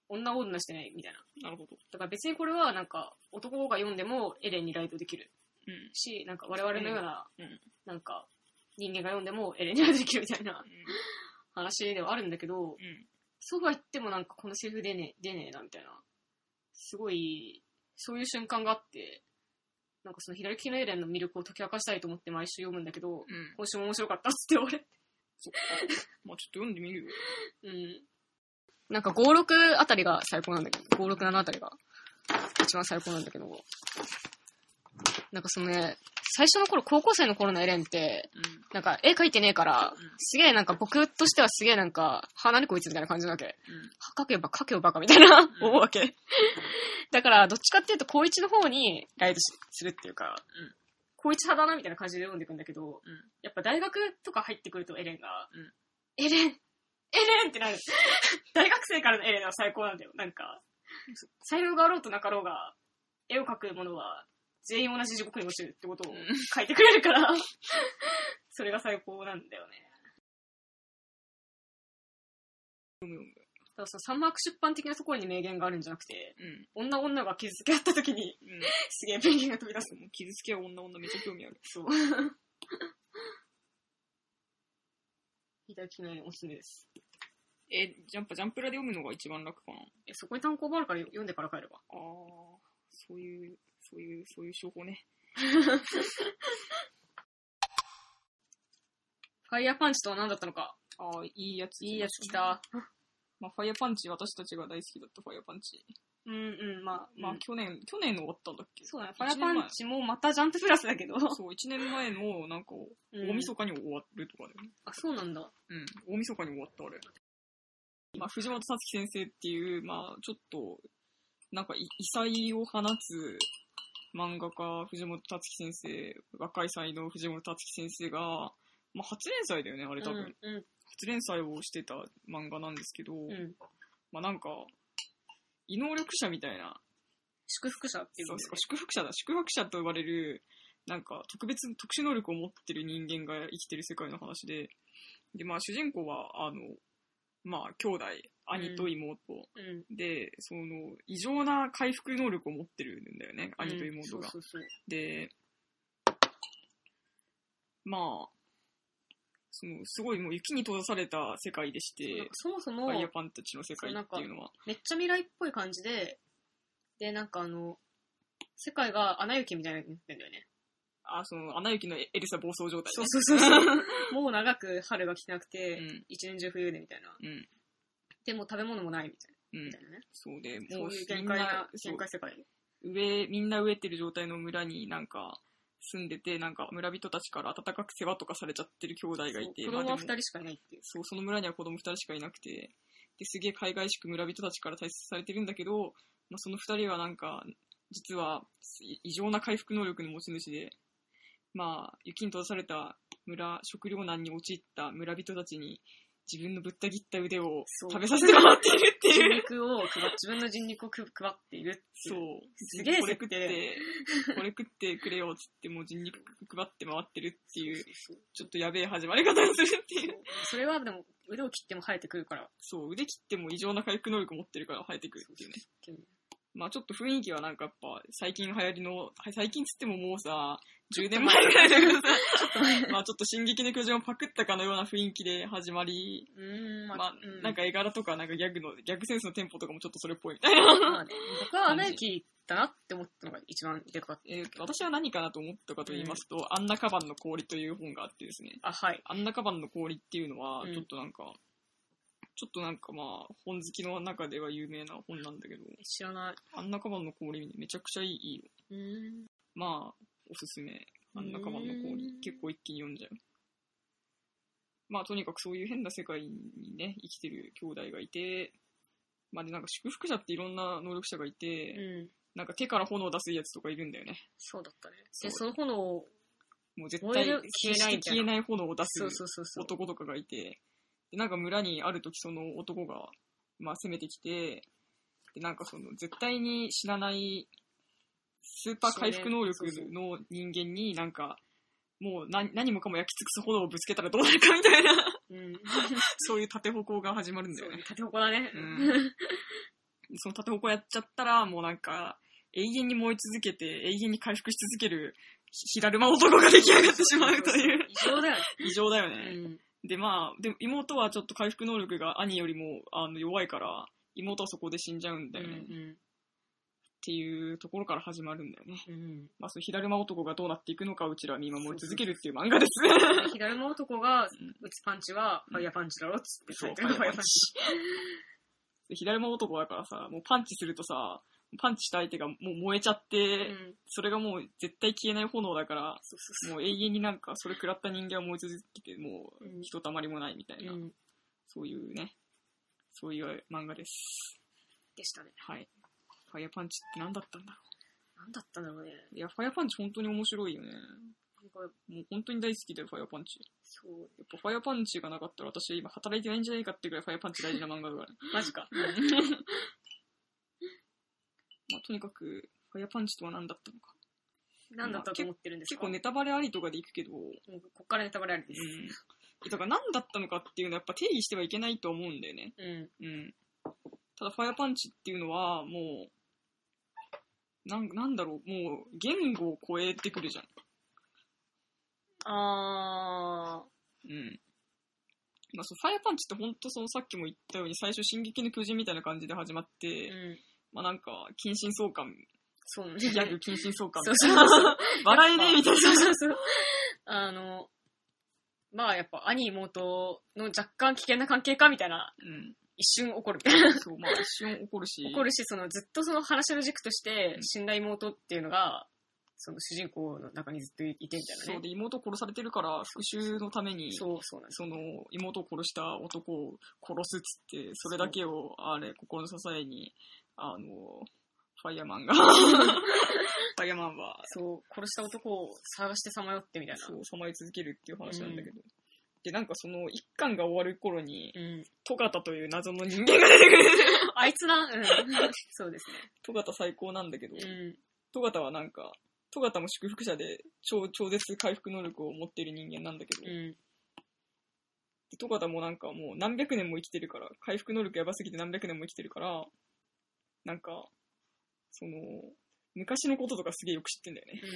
Speaker 1: 女女してないみたいな。
Speaker 2: なるほど。
Speaker 1: だから別にこれはなんか男が読んでもエレンにライドできる
Speaker 2: うん。
Speaker 1: し、なんか我々のような
Speaker 2: うんうん、
Speaker 1: なんか人間が読んでもエレンにライドできるみたいな話ではあるんだけど、
Speaker 2: うん。
Speaker 1: そうは言ってもなんかこのセリフ出ねえ、出ねえなみたいな。すごい、そういう瞬間があって、なんかその左利きのエレンの魅力を解き明かしたいと思って毎週読むんだけど、
Speaker 2: うん。
Speaker 1: 今週も面白かったっつって言われて。
Speaker 2: そっか。 まあ、ちょっと読んでみるよ。
Speaker 1: うん。なんか5、6あたりが最高なんだけど、5、6、7あたりが一番最高なんだけど、なんかそのね、最初の頃、高校生の頃のエレンって、
Speaker 2: う
Speaker 1: なんか絵描いてねえから
Speaker 2: うん、
Speaker 1: すげえなんか僕としてはすげえなんか、は何こいつみたいな感じなわけ。
Speaker 2: ん。うん。
Speaker 1: 描けば描けばバカみたいな、
Speaker 2: うん
Speaker 1: 思うわけ。だから、どっちかっていうと、高一の方にライドしするっていうか、
Speaker 2: うん
Speaker 1: 高一派だなみたいな感じで読んでいくんだけど、
Speaker 2: うん。
Speaker 1: やっぱ大学とか入ってくるとエレンが、
Speaker 2: うん
Speaker 1: エレンエレンってなる。 大学生からのエレンは最高なんだよ。なんか、才能があろうとなかろうが、絵を描く者は全員同じ地獄に落ちるってことを
Speaker 2: うん
Speaker 1: 書いてくれるから、 それが最高なんだよね。だからそのサンマーク出版的なところに名言があるんじゃなくて、
Speaker 2: うん。
Speaker 1: 女女が傷つけ合った時に
Speaker 2: うん。
Speaker 1: すげえ名言が飛び出す。
Speaker 2: もう傷つけは女女めっちゃ興味ある。
Speaker 1: そう。いただきないおすすめです。
Speaker 2: え、やっぱジャンプラで読むのが一番楽かな。
Speaker 1: えそこに単行本あるから読んでから帰れば。
Speaker 2: ああ、そういう、そういう、そういう商法ね。
Speaker 1: ファイヤーパンチとは何だったのか。
Speaker 2: ああ、いいやつ。
Speaker 1: いいやつ来。た。
Speaker 2: まあ、ファイヤーパンチ、私たちが大好きだったファイヤーパンチ。
Speaker 1: うんうん、まあ、
Speaker 2: ま
Speaker 1: まあ、
Speaker 2: あ、去年、去年の終わったんだっけ
Speaker 1: そうだね。ファイヤーパンチもまたジャンププラスだけど。
Speaker 2: そう、1年前の、なんか、
Speaker 1: うん
Speaker 2: 大晦日に終わるとかだよね。
Speaker 1: あ、そうなんだ。
Speaker 2: うん、大晦日に終わった、あれ。まあ、藤本さつき先生っていう、まあ、ちょっと、なんかい、異彩を放つ漫画家、藤本たつき先生、若い才能、藤本たつき先生が、まあ、初連載だよね、あれ多分。
Speaker 1: うんうん
Speaker 2: 初連載をしてた漫画なんですけど、
Speaker 1: うん。
Speaker 2: まあ、なんか、異能力者みたいな、
Speaker 1: 祝福者っていう
Speaker 2: そ
Speaker 1: の
Speaker 2: うそう宿泊者だ宿泊者と呼ばれるなんか特別特殊能力を持ってる人間が生きてる世界の話ででまあ主人公はあのまあ兄弟兄と妹、
Speaker 1: うん。
Speaker 2: でその異常な回復能力を持ってるんだよね兄と妹が、
Speaker 1: うんそうそうそう。
Speaker 2: で、まあ、そのすごいもう雪に閉ざされた世界でし
Speaker 1: そうなん
Speaker 2: て
Speaker 1: か、そもそ
Speaker 2: フ
Speaker 1: も
Speaker 2: ァイ、ヤーパンたちの世界っていうのは、
Speaker 1: めっちゃ未来っぽい感じで、で、なんかあの、世界が穴行きみたいになってんだよね。
Speaker 2: あ、その、アナ雪のエルサ暴走状態
Speaker 1: そ
Speaker 2: ね、
Speaker 1: うそうそうそう。 もう長く春が来てなくて、
Speaker 2: うん
Speaker 1: 一年中冬でみたいな。
Speaker 2: うん。
Speaker 1: でも食べ物もないみたい
Speaker 2: う
Speaker 1: な
Speaker 2: ん
Speaker 1: みたいなね。
Speaker 2: そうで、も
Speaker 1: そうういう
Speaker 2: み
Speaker 1: 限
Speaker 2: ん
Speaker 1: 界
Speaker 2: な
Speaker 1: な、
Speaker 2: そう
Speaker 1: 限界世界。
Speaker 2: 植え、みんな植えてる状態の村になんか、住んでて、なんか村人たちから温かく世話とかされちゃってる兄弟がいて、
Speaker 1: 子
Speaker 2: ま
Speaker 1: 供
Speaker 2: あで
Speaker 1: は
Speaker 2: も
Speaker 1: 二人しかいないっていう。
Speaker 2: そう、その村には子供二人しかいなくて、で、すげえ海外しく村人たちから大切されてるんだけど、まあ、その二人はなんか、実は異異常な回復能力の持ち主で、まあ、雪に閉ざされた村、食糧難に陥った村人たちに、自分のぶった切った腕を
Speaker 1: そう
Speaker 2: 食べさせてもらっているって
Speaker 1: 人
Speaker 2: いう。
Speaker 1: 肉を配っ、自分の人肉を配配っているって
Speaker 2: そ
Speaker 1: いうう。。すげえ
Speaker 2: これ食
Speaker 1: 設
Speaker 2: って
Speaker 1: 定、
Speaker 2: これ食ってくれよっつって、もう人肉配って回ってるっていう、
Speaker 1: そうそう
Speaker 2: ちょっとやべえ始まり方をするっていう。
Speaker 1: それはでも、腕を切っても生えてくるから。
Speaker 2: そう、腕切っても異常な回復能力持ってるから生えてくるっていうね。まあちょっと雰囲気はなんかやっぱ最近流行りの、はい最近つってももうさ、10年前ぐらいだけどさ、まあちょっと進撃の巨人をパクったかのような雰囲気で始まり、
Speaker 1: うーん、
Speaker 2: ま
Speaker 1: まあ、
Speaker 2: あ
Speaker 1: うん、
Speaker 2: なんか絵柄とかなんかギャグの、ギャグセンスのテンポとかもちょっとそれっぽいみたいな。
Speaker 1: まあね、僕はアナ雪だなって思ったのが一番でかかった。
Speaker 2: えーと私は何かなと思ったかと言いますと、あんなカバンの氷という本があってですね、
Speaker 1: あ、はい。
Speaker 2: あんなカバンの氷っていうのは
Speaker 1: う、ん
Speaker 2: ちょっとなんか、ちょっとなんかまあ、本好きの中では有名な本なんだけど、
Speaker 1: 知らない。
Speaker 2: あんなカバンの氷めちゃくちゃいいよ。
Speaker 1: うーん。
Speaker 2: まあ、おすすめ。あんなカバンの氷
Speaker 1: う。ん
Speaker 2: 結構一気に読んじゃう。まあ、とにかくそういう変な世界にね、生きてる兄弟がいて、まあで、なんか祝福者っていろんな能力者がいて、
Speaker 1: うん。
Speaker 2: なんか手から炎を出すやつとかいるんだよね。
Speaker 1: そうだったね。
Speaker 2: そ
Speaker 1: で、
Speaker 2: う
Speaker 1: その炎を、
Speaker 2: もう絶
Speaker 1: 燃
Speaker 2: 対
Speaker 1: える
Speaker 2: 決して消
Speaker 1: 消
Speaker 2: え
Speaker 1: え
Speaker 2: ない炎を出す
Speaker 1: そうそうそうそう。
Speaker 2: 男とかがいて、で、なんか村にある時その男が、まあ攻めてきて、で、なんかその絶対に死なないスーパー回復能力
Speaker 1: そうね
Speaker 2: の人間になんか、もう何何もかも焼き尽くす炎をぶつけたらどうなるかみたいな、
Speaker 1: うん。
Speaker 2: そういう縦方向が始まるんだ
Speaker 1: そ
Speaker 2: よ
Speaker 1: う
Speaker 2: ね
Speaker 1: ね。。縦横だね。
Speaker 2: うん その縦方向やっちゃったら、もうなんか、永遠に燃え続けて、永遠に回復し続ける、ひひだるま男が出来上がってしまうという、
Speaker 1: 異常だよね。
Speaker 2: 異常だよね。
Speaker 1: うん。
Speaker 2: で、まあ、で、妹はちょっと回復能力が兄よりも、あの、弱いから、妹はそこで死んじゃうんだよね。
Speaker 1: う
Speaker 2: っ
Speaker 1: ん
Speaker 2: ていうところから始まるんだよね。
Speaker 1: うん。
Speaker 2: まあ、そう、左間男がどうなっていくのか、うちらは見守り続けるっていう漫 画です。
Speaker 1: で左の男が
Speaker 2: ん
Speaker 1: 打つパンチは、ファイヤーパンチだろっつって書 いてる
Speaker 2: フ
Speaker 1: フ
Speaker 2: ァ
Speaker 1: ァイ
Speaker 2: イ
Speaker 1: ヤ
Speaker 2: ヤ
Speaker 1: ー
Speaker 2: ー
Speaker 1: パ
Speaker 2: パン
Speaker 1: ン
Speaker 2: チ
Speaker 1: チ。
Speaker 2: で左間男だからさ、もうパンチするとさ、パンチした相手がもう燃えちゃって、
Speaker 1: うん。
Speaker 2: それがもう絶対消えない炎だから、
Speaker 1: そうそう
Speaker 2: もう永遠になんか、それ食らった人間は燃え続けて、もう
Speaker 1: う、ん
Speaker 2: ひとたまりもないみたいな、
Speaker 1: そう。うん。
Speaker 2: そういうね、そういう漫画です。
Speaker 1: でしたね。
Speaker 2: はい。ファイヤーパンチって何だったんだろう
Speaker 1: なんだったんだろうね。
Speaker 2: いや、ファイアパンチ本当に面白いよね。
Speaker 1: なんか、
Speaker 2: もう本当に大好きだよ、ファイアパンチ。
Speaker 1: そう。
Speaker 2: やっぱファイアパンチがなかったら私今働いてないんじゃないかってぐらいファイアパンチ大事な漫画だから。
Speaker 1: マジか。
Speaker 2: まあ、とにかく、ファイアパンチとは何だったのか。
Speaker 1: なんだったと思ってるんです
Speaker 2: 結
Speaker 1: か
Speaker 2: 構ネタバレありとかでいくけど、う
Speaker 1: もうこっからネタバレありです。
Speaker 2: ん。だから何だったのかっていうのはやっぱ定義してはいけないと思うんだよね。
Speaker 1: うん。
Speaker 2: うん。ただファイアパンチっていうのはもう、なんなんだろう、もう言語を超えてくるじゃん。
Speaker 1: あ
Speaker 2: うん。まあ、そう、ファイアパンチってほんとそのさっきも言ったように最初進撃の巨人みたいな感じで始まって、
Speaker 1: ー。うん。
Speaker 2: まあなんか、近親相 関、
Speaker 1: そうね。
Speaker 2: ギャグ近親相関
Speaker 1: そ
Speaker 2: み
Speaker 1: う
Speaker 2: たい
Speaker 1: そう
Speaker 2: な
Speaker 1: そう。
Speaker 2: 笑えねえみたいな。
Speaker 1: そうそうそう。 あの、まあやっぱ兄妹の若干危険な関係かみたいな、一瞬起こるみたいな。
Speaker 2: うん。そう、まあ一瞬怒るし。
Speaker 1: 起こるし、そのずっとその話の軸として
Speaker 2: う、ん
Speaker 1: 死んだ妹っていうのが、その主人公の中にずっといてみたいな
Speaker 2: そう
Speaker 1: ね。
Speaker 2: で、妹殺されてるから、復讐のために、
Speaker 1: そうそうなんです。
Speaker 2: その、妹を殺した男を殺すっつって、それだけを、あれ、心の支えに、あの、ファイヤーマン が、ファイヤーマンは、
Speaker 1: そう、殺した男を探してさまよってみたいな。
Speaker 2: そう、さまよい続けるっていう話なんだけど。で、なんかその、一巻が終わる頃に、
Speaker 1: うん。
Speaker 2: トガタという謎の人間が出てく る。
Speaker 1: あいつな、うん。 そうです
Speaker 2: トガタ最高なんだけど、
Speaker 1: ね。
Speaker 2: トガタはなんか、トガタも祝福者で超超絶回復能力を持っている人間なんだけど、
Speaker 1: うん。うん。
Speaker 2: でトガタもなんかもう何百年も生きてるから、回復能力やばすぎて何百年も生きてるから、なんか、その、昔のこととかすげえよく知ってんだよね。
Speaker 1: うん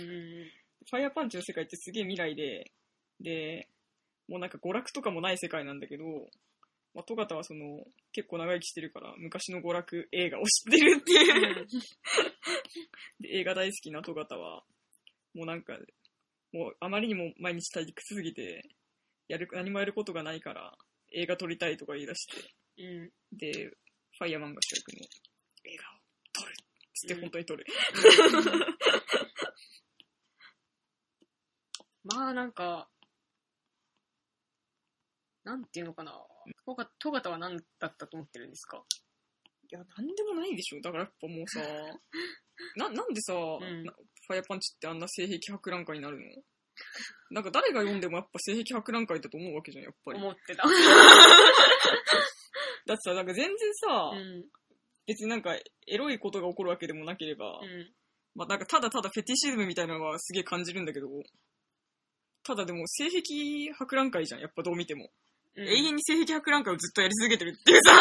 Speaker 1: うん
Speaker 2: ファイアパンチの世界ってすげえ未来で、で、もうなんか娯楽とかもない世界なんだけど、まあ、トガタはその、結構長生きしてるから、昔の娯楽映画を知ってるっていう。
Speaker 1: うん。
Speaker 2: で、映画大好きなトガタは、もうなんか、もうあまりにも毎日退屈すぎて、やる、何もやることがないから、映画撮りたいとか言い出して、
Speaker 1: うん。
Speaker 2: で、ファイヤーマンが主役の映画を撮るっつって
Speaker 1: うん
Speaker 2: 本当に撮る。
Speaker 1: まあなんか、なんていうのかな。トガトガタは何だったと思ってるんですか
Speaker 2: いや、なんでもないでしょ。だからやっぱも うさ、な、なんでさ、
Speaker 1: ん
Speaker 2: なファイアパンチってあんな性癖博覧会になるのなんか誰が読んでもやっぱ性癖博覧会だと思うわけじゃん、やっぱり。
Speaker 1: 思ってた。
Speaker 2: だってさ、なんか全然さ、
Speaker 1: うん。
Speaker 2: 別になんかエロいことが起こるわけでもなければ、
Speaker 1: うん。
Speaker 2: まあなんかただただフェティシズムみたいなのはすげえ感じるんだけど、ただでも性癖博覧会じゃん、やっぱどう見ても。
Speaker 1: うん
Speaker 2: 永遠に性癖博覧会をずっとやり続けてるって いうさ、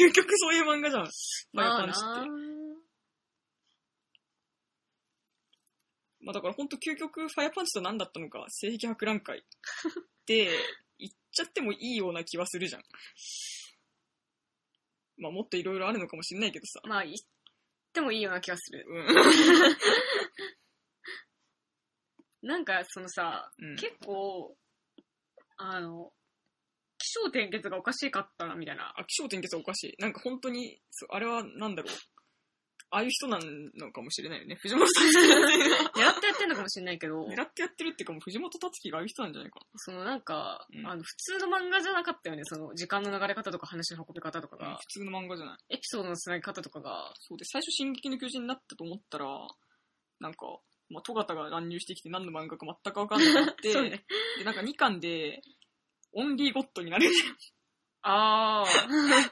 Speaker 2: 究極そういう漫画じゃん。ファイア
Speaker 1: ま
Speaker 2: パ
Speaker 1: あ
Speaker 2: ンチって
Speaker 1: な。
Speaker 2: まあだからほんと究極ファイアパンチと何だったのか、性癖博覧会って言っちゃってもいいような気はするじゃん。まあもっといろいろあるのかもしれないけどさ。
Speaker 1: まあ、言ってもいいような気がする。
Speaker 2: うん。
Speaker 1: なんか、そのさ、
Speaker 2: うん
Speaker 1: 結構、あの、気象転結がおかしかったな、みたいな。
Speaker 2: あ、気象転結おかしい。なんか本当に、そうあれはなんだろう。ああいう人なのかもしれないよね。藤本さん
Speaker 1: 狙ってやってんのかもしれないけど、
Speaker 2: 狙ってやってるっていうかもう藤本達樹がああいう人なんじゃないか
Speaker 1: そのなんか、
Speaker 2: うん
Speaker 1: あの、普通の漫画じゃなかったよね。その、時間の流れ方とか話の運び方とか
Speaker 2: な。
Speaker 1: が、
Speaker 2: 普通の漫画じゃない。
Speaker 1: エピソードの繋ぎ方とかが、
Speaker 2: そうで、最初進撃の巨人になったと思ったら、なんか、まあ、戸方が乱入してきて何の漫画か全くわかんなくなっ て、
Speaker 1: そうね。
Speaker 2: で、なんか2巻で、オンリーゴッ ドになる。
Speaker 1: ああ、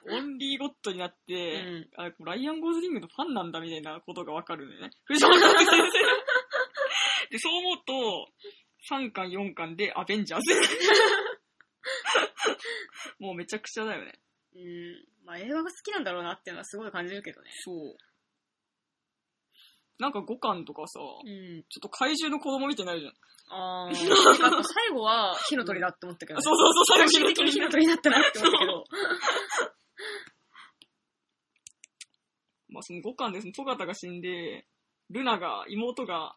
Speaker 2: オンリーゴッドになっ
Speaker 1: う
Speaker 2: て、
Speaker 1: ん。
Speaker 2: あ、ライアン・ゴーズリングのファンなんだみたいなことがわかるんだよね。 藤本先生。で、そう思うと、3巻、4巻でアベン ジャーズ。もうめちゃくちゃだよね。
Speaker 1: うん。まあ、映画が好きなんだろうなっていうのはすごい感じるけどね。
Speaker 2: そう。なんか5巻とかさ、ちょ
Speaker 1: うん。
Speaker 2: っと怪獣の子供みたいになるじゃん。
Speaker 1: ああ。なんか最後は火の鳥だって思ったけど、
Speaker 2: あそうそうそう、最
Speaker 1: 最終
Speaker 2: 後の
Speaker 1: 的に火
Speaker 2: 鳥
Speaker 1: の鳥だったなって思ったけど。
Speaker 2: まあその5巻でそのトガタが死んで、ルナが、妹が、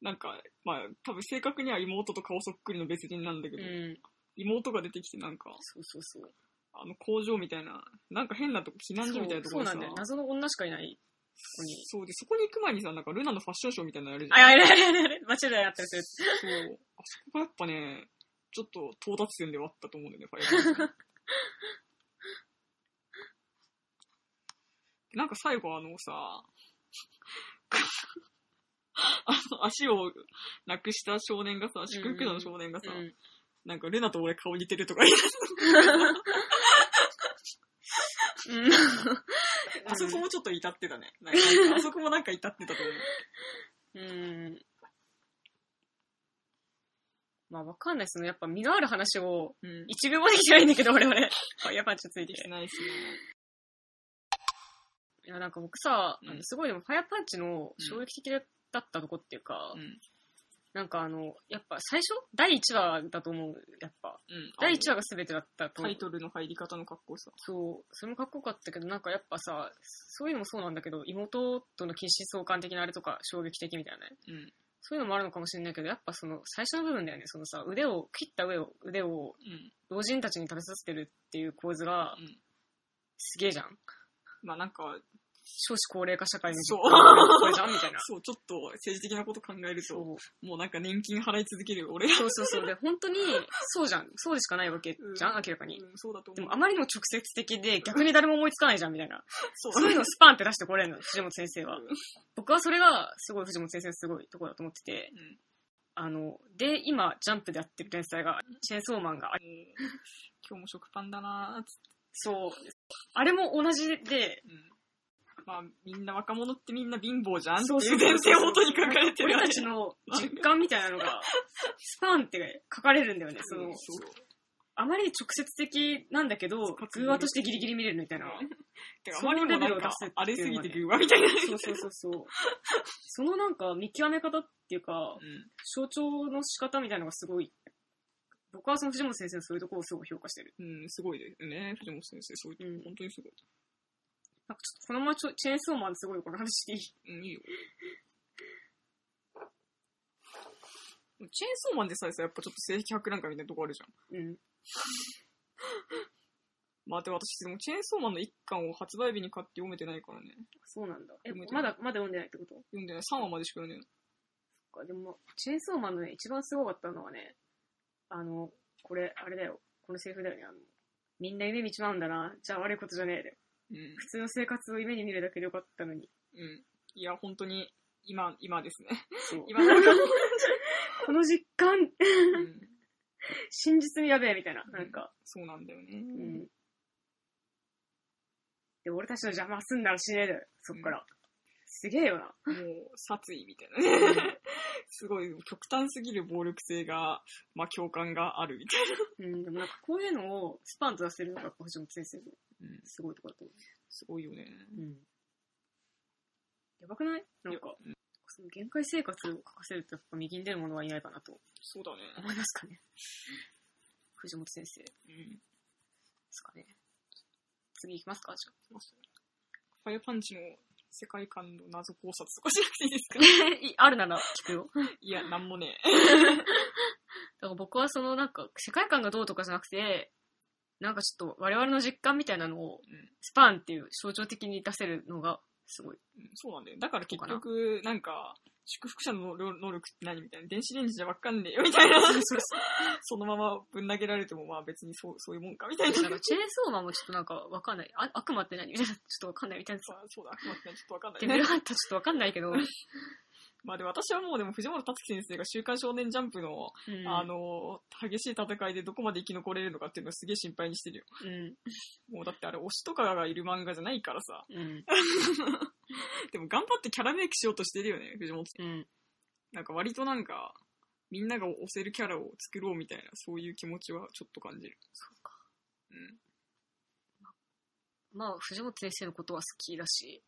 Speaker 2: なんか、まあ多分正確には妹と顔そっくりの別人なんだけ
Speaker 1: う
Speaker 2: ど、
Speaker 1: ん。
Speaker 2: 妹が出てきてなんか、
Speaker 1: そうそうそう。
Speaker 2: あの工場みたいな、なんか変なとこ、避難所みたいなとこ
Speaker 1: そうそうな
Speaker 2: にさ
Speaker 1: んだよ。謎の女しかいない。こに
Speaker 2: そうで、そこに行く前にさ、なんかルナのファッションショーみたいなのやるじゃん。
Speaker 1: あ、やれやれやれやれ。間違いなったりする。
Speaker 2: そう。あそこがやっぱね、ちょっと到達点ではあったと思うんだよね、ファイ ナル。なんか最後あのさ、 あの足をなくした少年がさ、祝福者の少年がさ、
Speaker 1: うん。
Speaker 2: なんかルナと俺顔似てるとか言って、
Speaker 1: うん。
Speaker 2: あそこもちょっと至ってたね。な んかあそこもなんか至ってたと思う。
Speaker 1: うん。まあ、わかんない。その、やっぱ身のある話を、
Speaker 2: うん。
Speaker 1: 一秒もできてないんだけど、俺、俺。あやっぱちょっとついてき。
Speaker 2: してないっすね。
Speaker 1: いや、なんか僕さ、
Speaker 2: うん
Speaker 1: あのすごいでも、ファイアパンチの衝撃的だったとこっていうか、
Speaker 2: うん。
Speaker 1: なんかあの、やっぱ最初第1話だと思う、やっぱ。
Speaker 2: うん。
Speaker 1: 第1話が全てだったと
Speaker 2: タ
Speaker 1: 思う
Speaker 2: イ。トルの入り方の格好さ。
Speaker 1: そう、それもかっこよかったけど、なんかやっぱさ、そういうのもそうなんだけど、妹との近親相関的なあれとか衝撃的みたいなね。
Speaker 2: うん。
Speaker 1: そういうのもあるのかもしれないけど、やっぱその最初の部分だよね、そのさ、腕を、切った腕を、腕を
Speaker 2: うん。
Speaker 1: 老人たちに食べさせてるっていう構図が
Speaker 2: うん。
Speaker 1: すげえじゃん。
Speaker 2: まあなんか、
Speaker 1: 少子高齢化社会の
Speaker 2: そう
Speaker 1: これじゃんみた いな。
Speaker 2: そう、ちょっと政治的なこと考える
Speaker 1: そ
Speaker 2: と、
Speaker 1: う
Speaker 2: もうなんか年金払い続ける俺が。
Speaker 1: そうそうそう。で、本当に、そうじゃん。そうでしかないわけじゃん、
Speaker 2: うん
Speaker 1: 明らかに。
Speaker 2: うんそうだと
Speaker 1: で
Speaker 2: 思う
Speaker 1: も、あ。まりにも直接的で、逆に誰も思いつかないじゃん、みたいな。
Speaker 2: そう
Speaker 1: そういうのをスパンって出してこれるの、藤本先生は
Speaker 2: うん。
Speaker 1: 僕はそれが、すごい藤本先生のすごいところだと思ってて、
Speaker 2: うん
Speaker 1: あの、で、今、ジャンプでやってる連載が、チェーンソーマンがあり、
Speaker 2: 今日も食パンだなーっつって。
Speaker 1: そう、あれも同じで、
Speaker 2: うんまあみんな若者ってみんな貧乏じゃんってい
Speaker 1: そう
Speaker 2: う
Speaker 1: そうそう
Speaker 2: 前提を元に書かれてる
Speaker 1: 俺
Speaker 2: あれ
Speaker 1: たちの実感みたいなのが、スパンって書かれるんだよね、そ
Speaker 2: うん
Speaker 1: の、
Speaker 2: そう
Speaker 1: あまりに直接的なんだけど、偶話としてギリギリ見れるみたいな。
Speaker 2: てかあ
Speaker 1: そ
Speaker 2: ま
Speaker 1: の
Speaker 2: りにも
Speaker 1: レベル
Speaker 2: なん
Speaker 1: を出
Speaker 2: か
Speaker 1: すっていうのがね
Speaker 2: 荒れすぎてグーみたいな。
Speaker 1: そうそうそうそう。そのなんか見極め方っていうか、象徴の仕方みたいなのがすごい、僕はその藤本先生のそういうところをすごい評価してる。、
Speaker 2: うん、うんすごいですね、藤本先生。そういううん本当にすごい。
Speaker 1: なんかちょっとこのままちょチェーンソーマンすごいこの話していい
Speaker 2: うん、いいよ。チェーンソーマンでさえさ、やっぱちょっと性癖博覧会みたいなとこあるじゃん。
Speaker 1: うん。
Speaker 2: まあ、で私、でも、チェーンソーマンの一巻を発売日に買って読めてないからね。
Speaker 1: そうなんだ。え
Speaker 2: 読め、てる
Speaker 1: まだ、まだ読んでないってこと
Speaker 2: 読んでない。3話までしか読んでない。
Speaker 1: か、でも、チェーンソーマンのね、一番すごかったのはね、あの、これ、あれだよ。このセリフだよね。あのみんな夢見ちまうんだな。じゃあ悪いことじゃねえで。
Speaker 2: うん。
Speaker 1: 普通の生活を夢に見るだけでよかったのに。
Speaker 2: うん。いや、本当に、今、今です ね。
Speaker 1: そう。
Speaker 2: 今なんか、
Speaker 1: この実感、
Speaker 2: うん、
Speaker 1: 真実にやべえ、みたいな。なんか、
Speaker 2: そうなんだよね。
Speaker 1: うん。で、俺たちの邪魔すんなら死ねえだよ。そっから。すげえよな。
Speaker 2: もう、殺意みたいなね。すごい、極端すぎる暴力性が、まあ、共感があるみたい
Speaker 1: うん、でもなんかこういうのをスパンと出せるのが、星野先生の
Speaker 2: な。うん。
Speaker 1: すごいとこだと思
Speaker 2: すごいよね。
Speaker 1: う。うん。やばくないなんか、その限界生活を書かせるとやっぱ右に出るものはいないかなと
Speaker 2: そうだね。
Speaker 1: 思いますかね。 藤本先生で
Speaker 2: うん。
Speaker 1: すかね。次行きますかじゃ
Speaker 2: ファイアパンチの世界観の謎考察とかしなくていいですか
Speaker 1: あ。 いあるなら聞くよ。だか
Speaker 2: いや、なんもね
Speaker 1: ら僕はそのなんか世界観がどうとかじゃなくて、なんかちょっと我々の実感みたいなのを
Speaker 2: え。うん。
Speaker 1: スパンっていう象徴的に出せるのがす ごい。
Speaker 2: うんそうなんだよ。だから結局、なんか、祝福者の能能力って何みたいな。電子レンジじゃわかんねえよ、みたいな。そのままぶん投げられても、まあ別にそう、そういうもんか、みたいな。
Speaker 1: なんかチェーンソーマンもちょっとなんかわかんない。あ悪魔って何みたいな。ちょっとわかんないみたいな。
Speaker 2: まあそうだ、まあちょっとわかんな
Speaker 1: デ
Speaker 2: い
Speaker 1: ビ
Speaker 2: ね
Speaker 1: ル。ハンターちょっとわかんないけ ど。う
Speaker 2: まあでも私はもうでも藤本達樹先生が週刊少年ジャンプの、
Speaker 1: ん
Speaker 2: あの、激しい戦いでどこまで生き残れるのかっていうのをすげえ心配にしてるよ。
Speaker 1: うん。
Speaker 2: もうだってあれ推しとかがいる漫画じゃないからさ。
Speaker 1: うん。
Speaker 2: でも頑張ってキャラメイクしようとしてるよね、藤本先
Speaker 1: うん。
Speaker 2: 生なんか割となんか、みんなが推せるキャラを作ろうみたいな、そういう気持ちはちょっと感じる。
Speaker 1: そうか。
Speaker 2: うん。
Speaker 1: まあ、藤本先生のことは好きだし、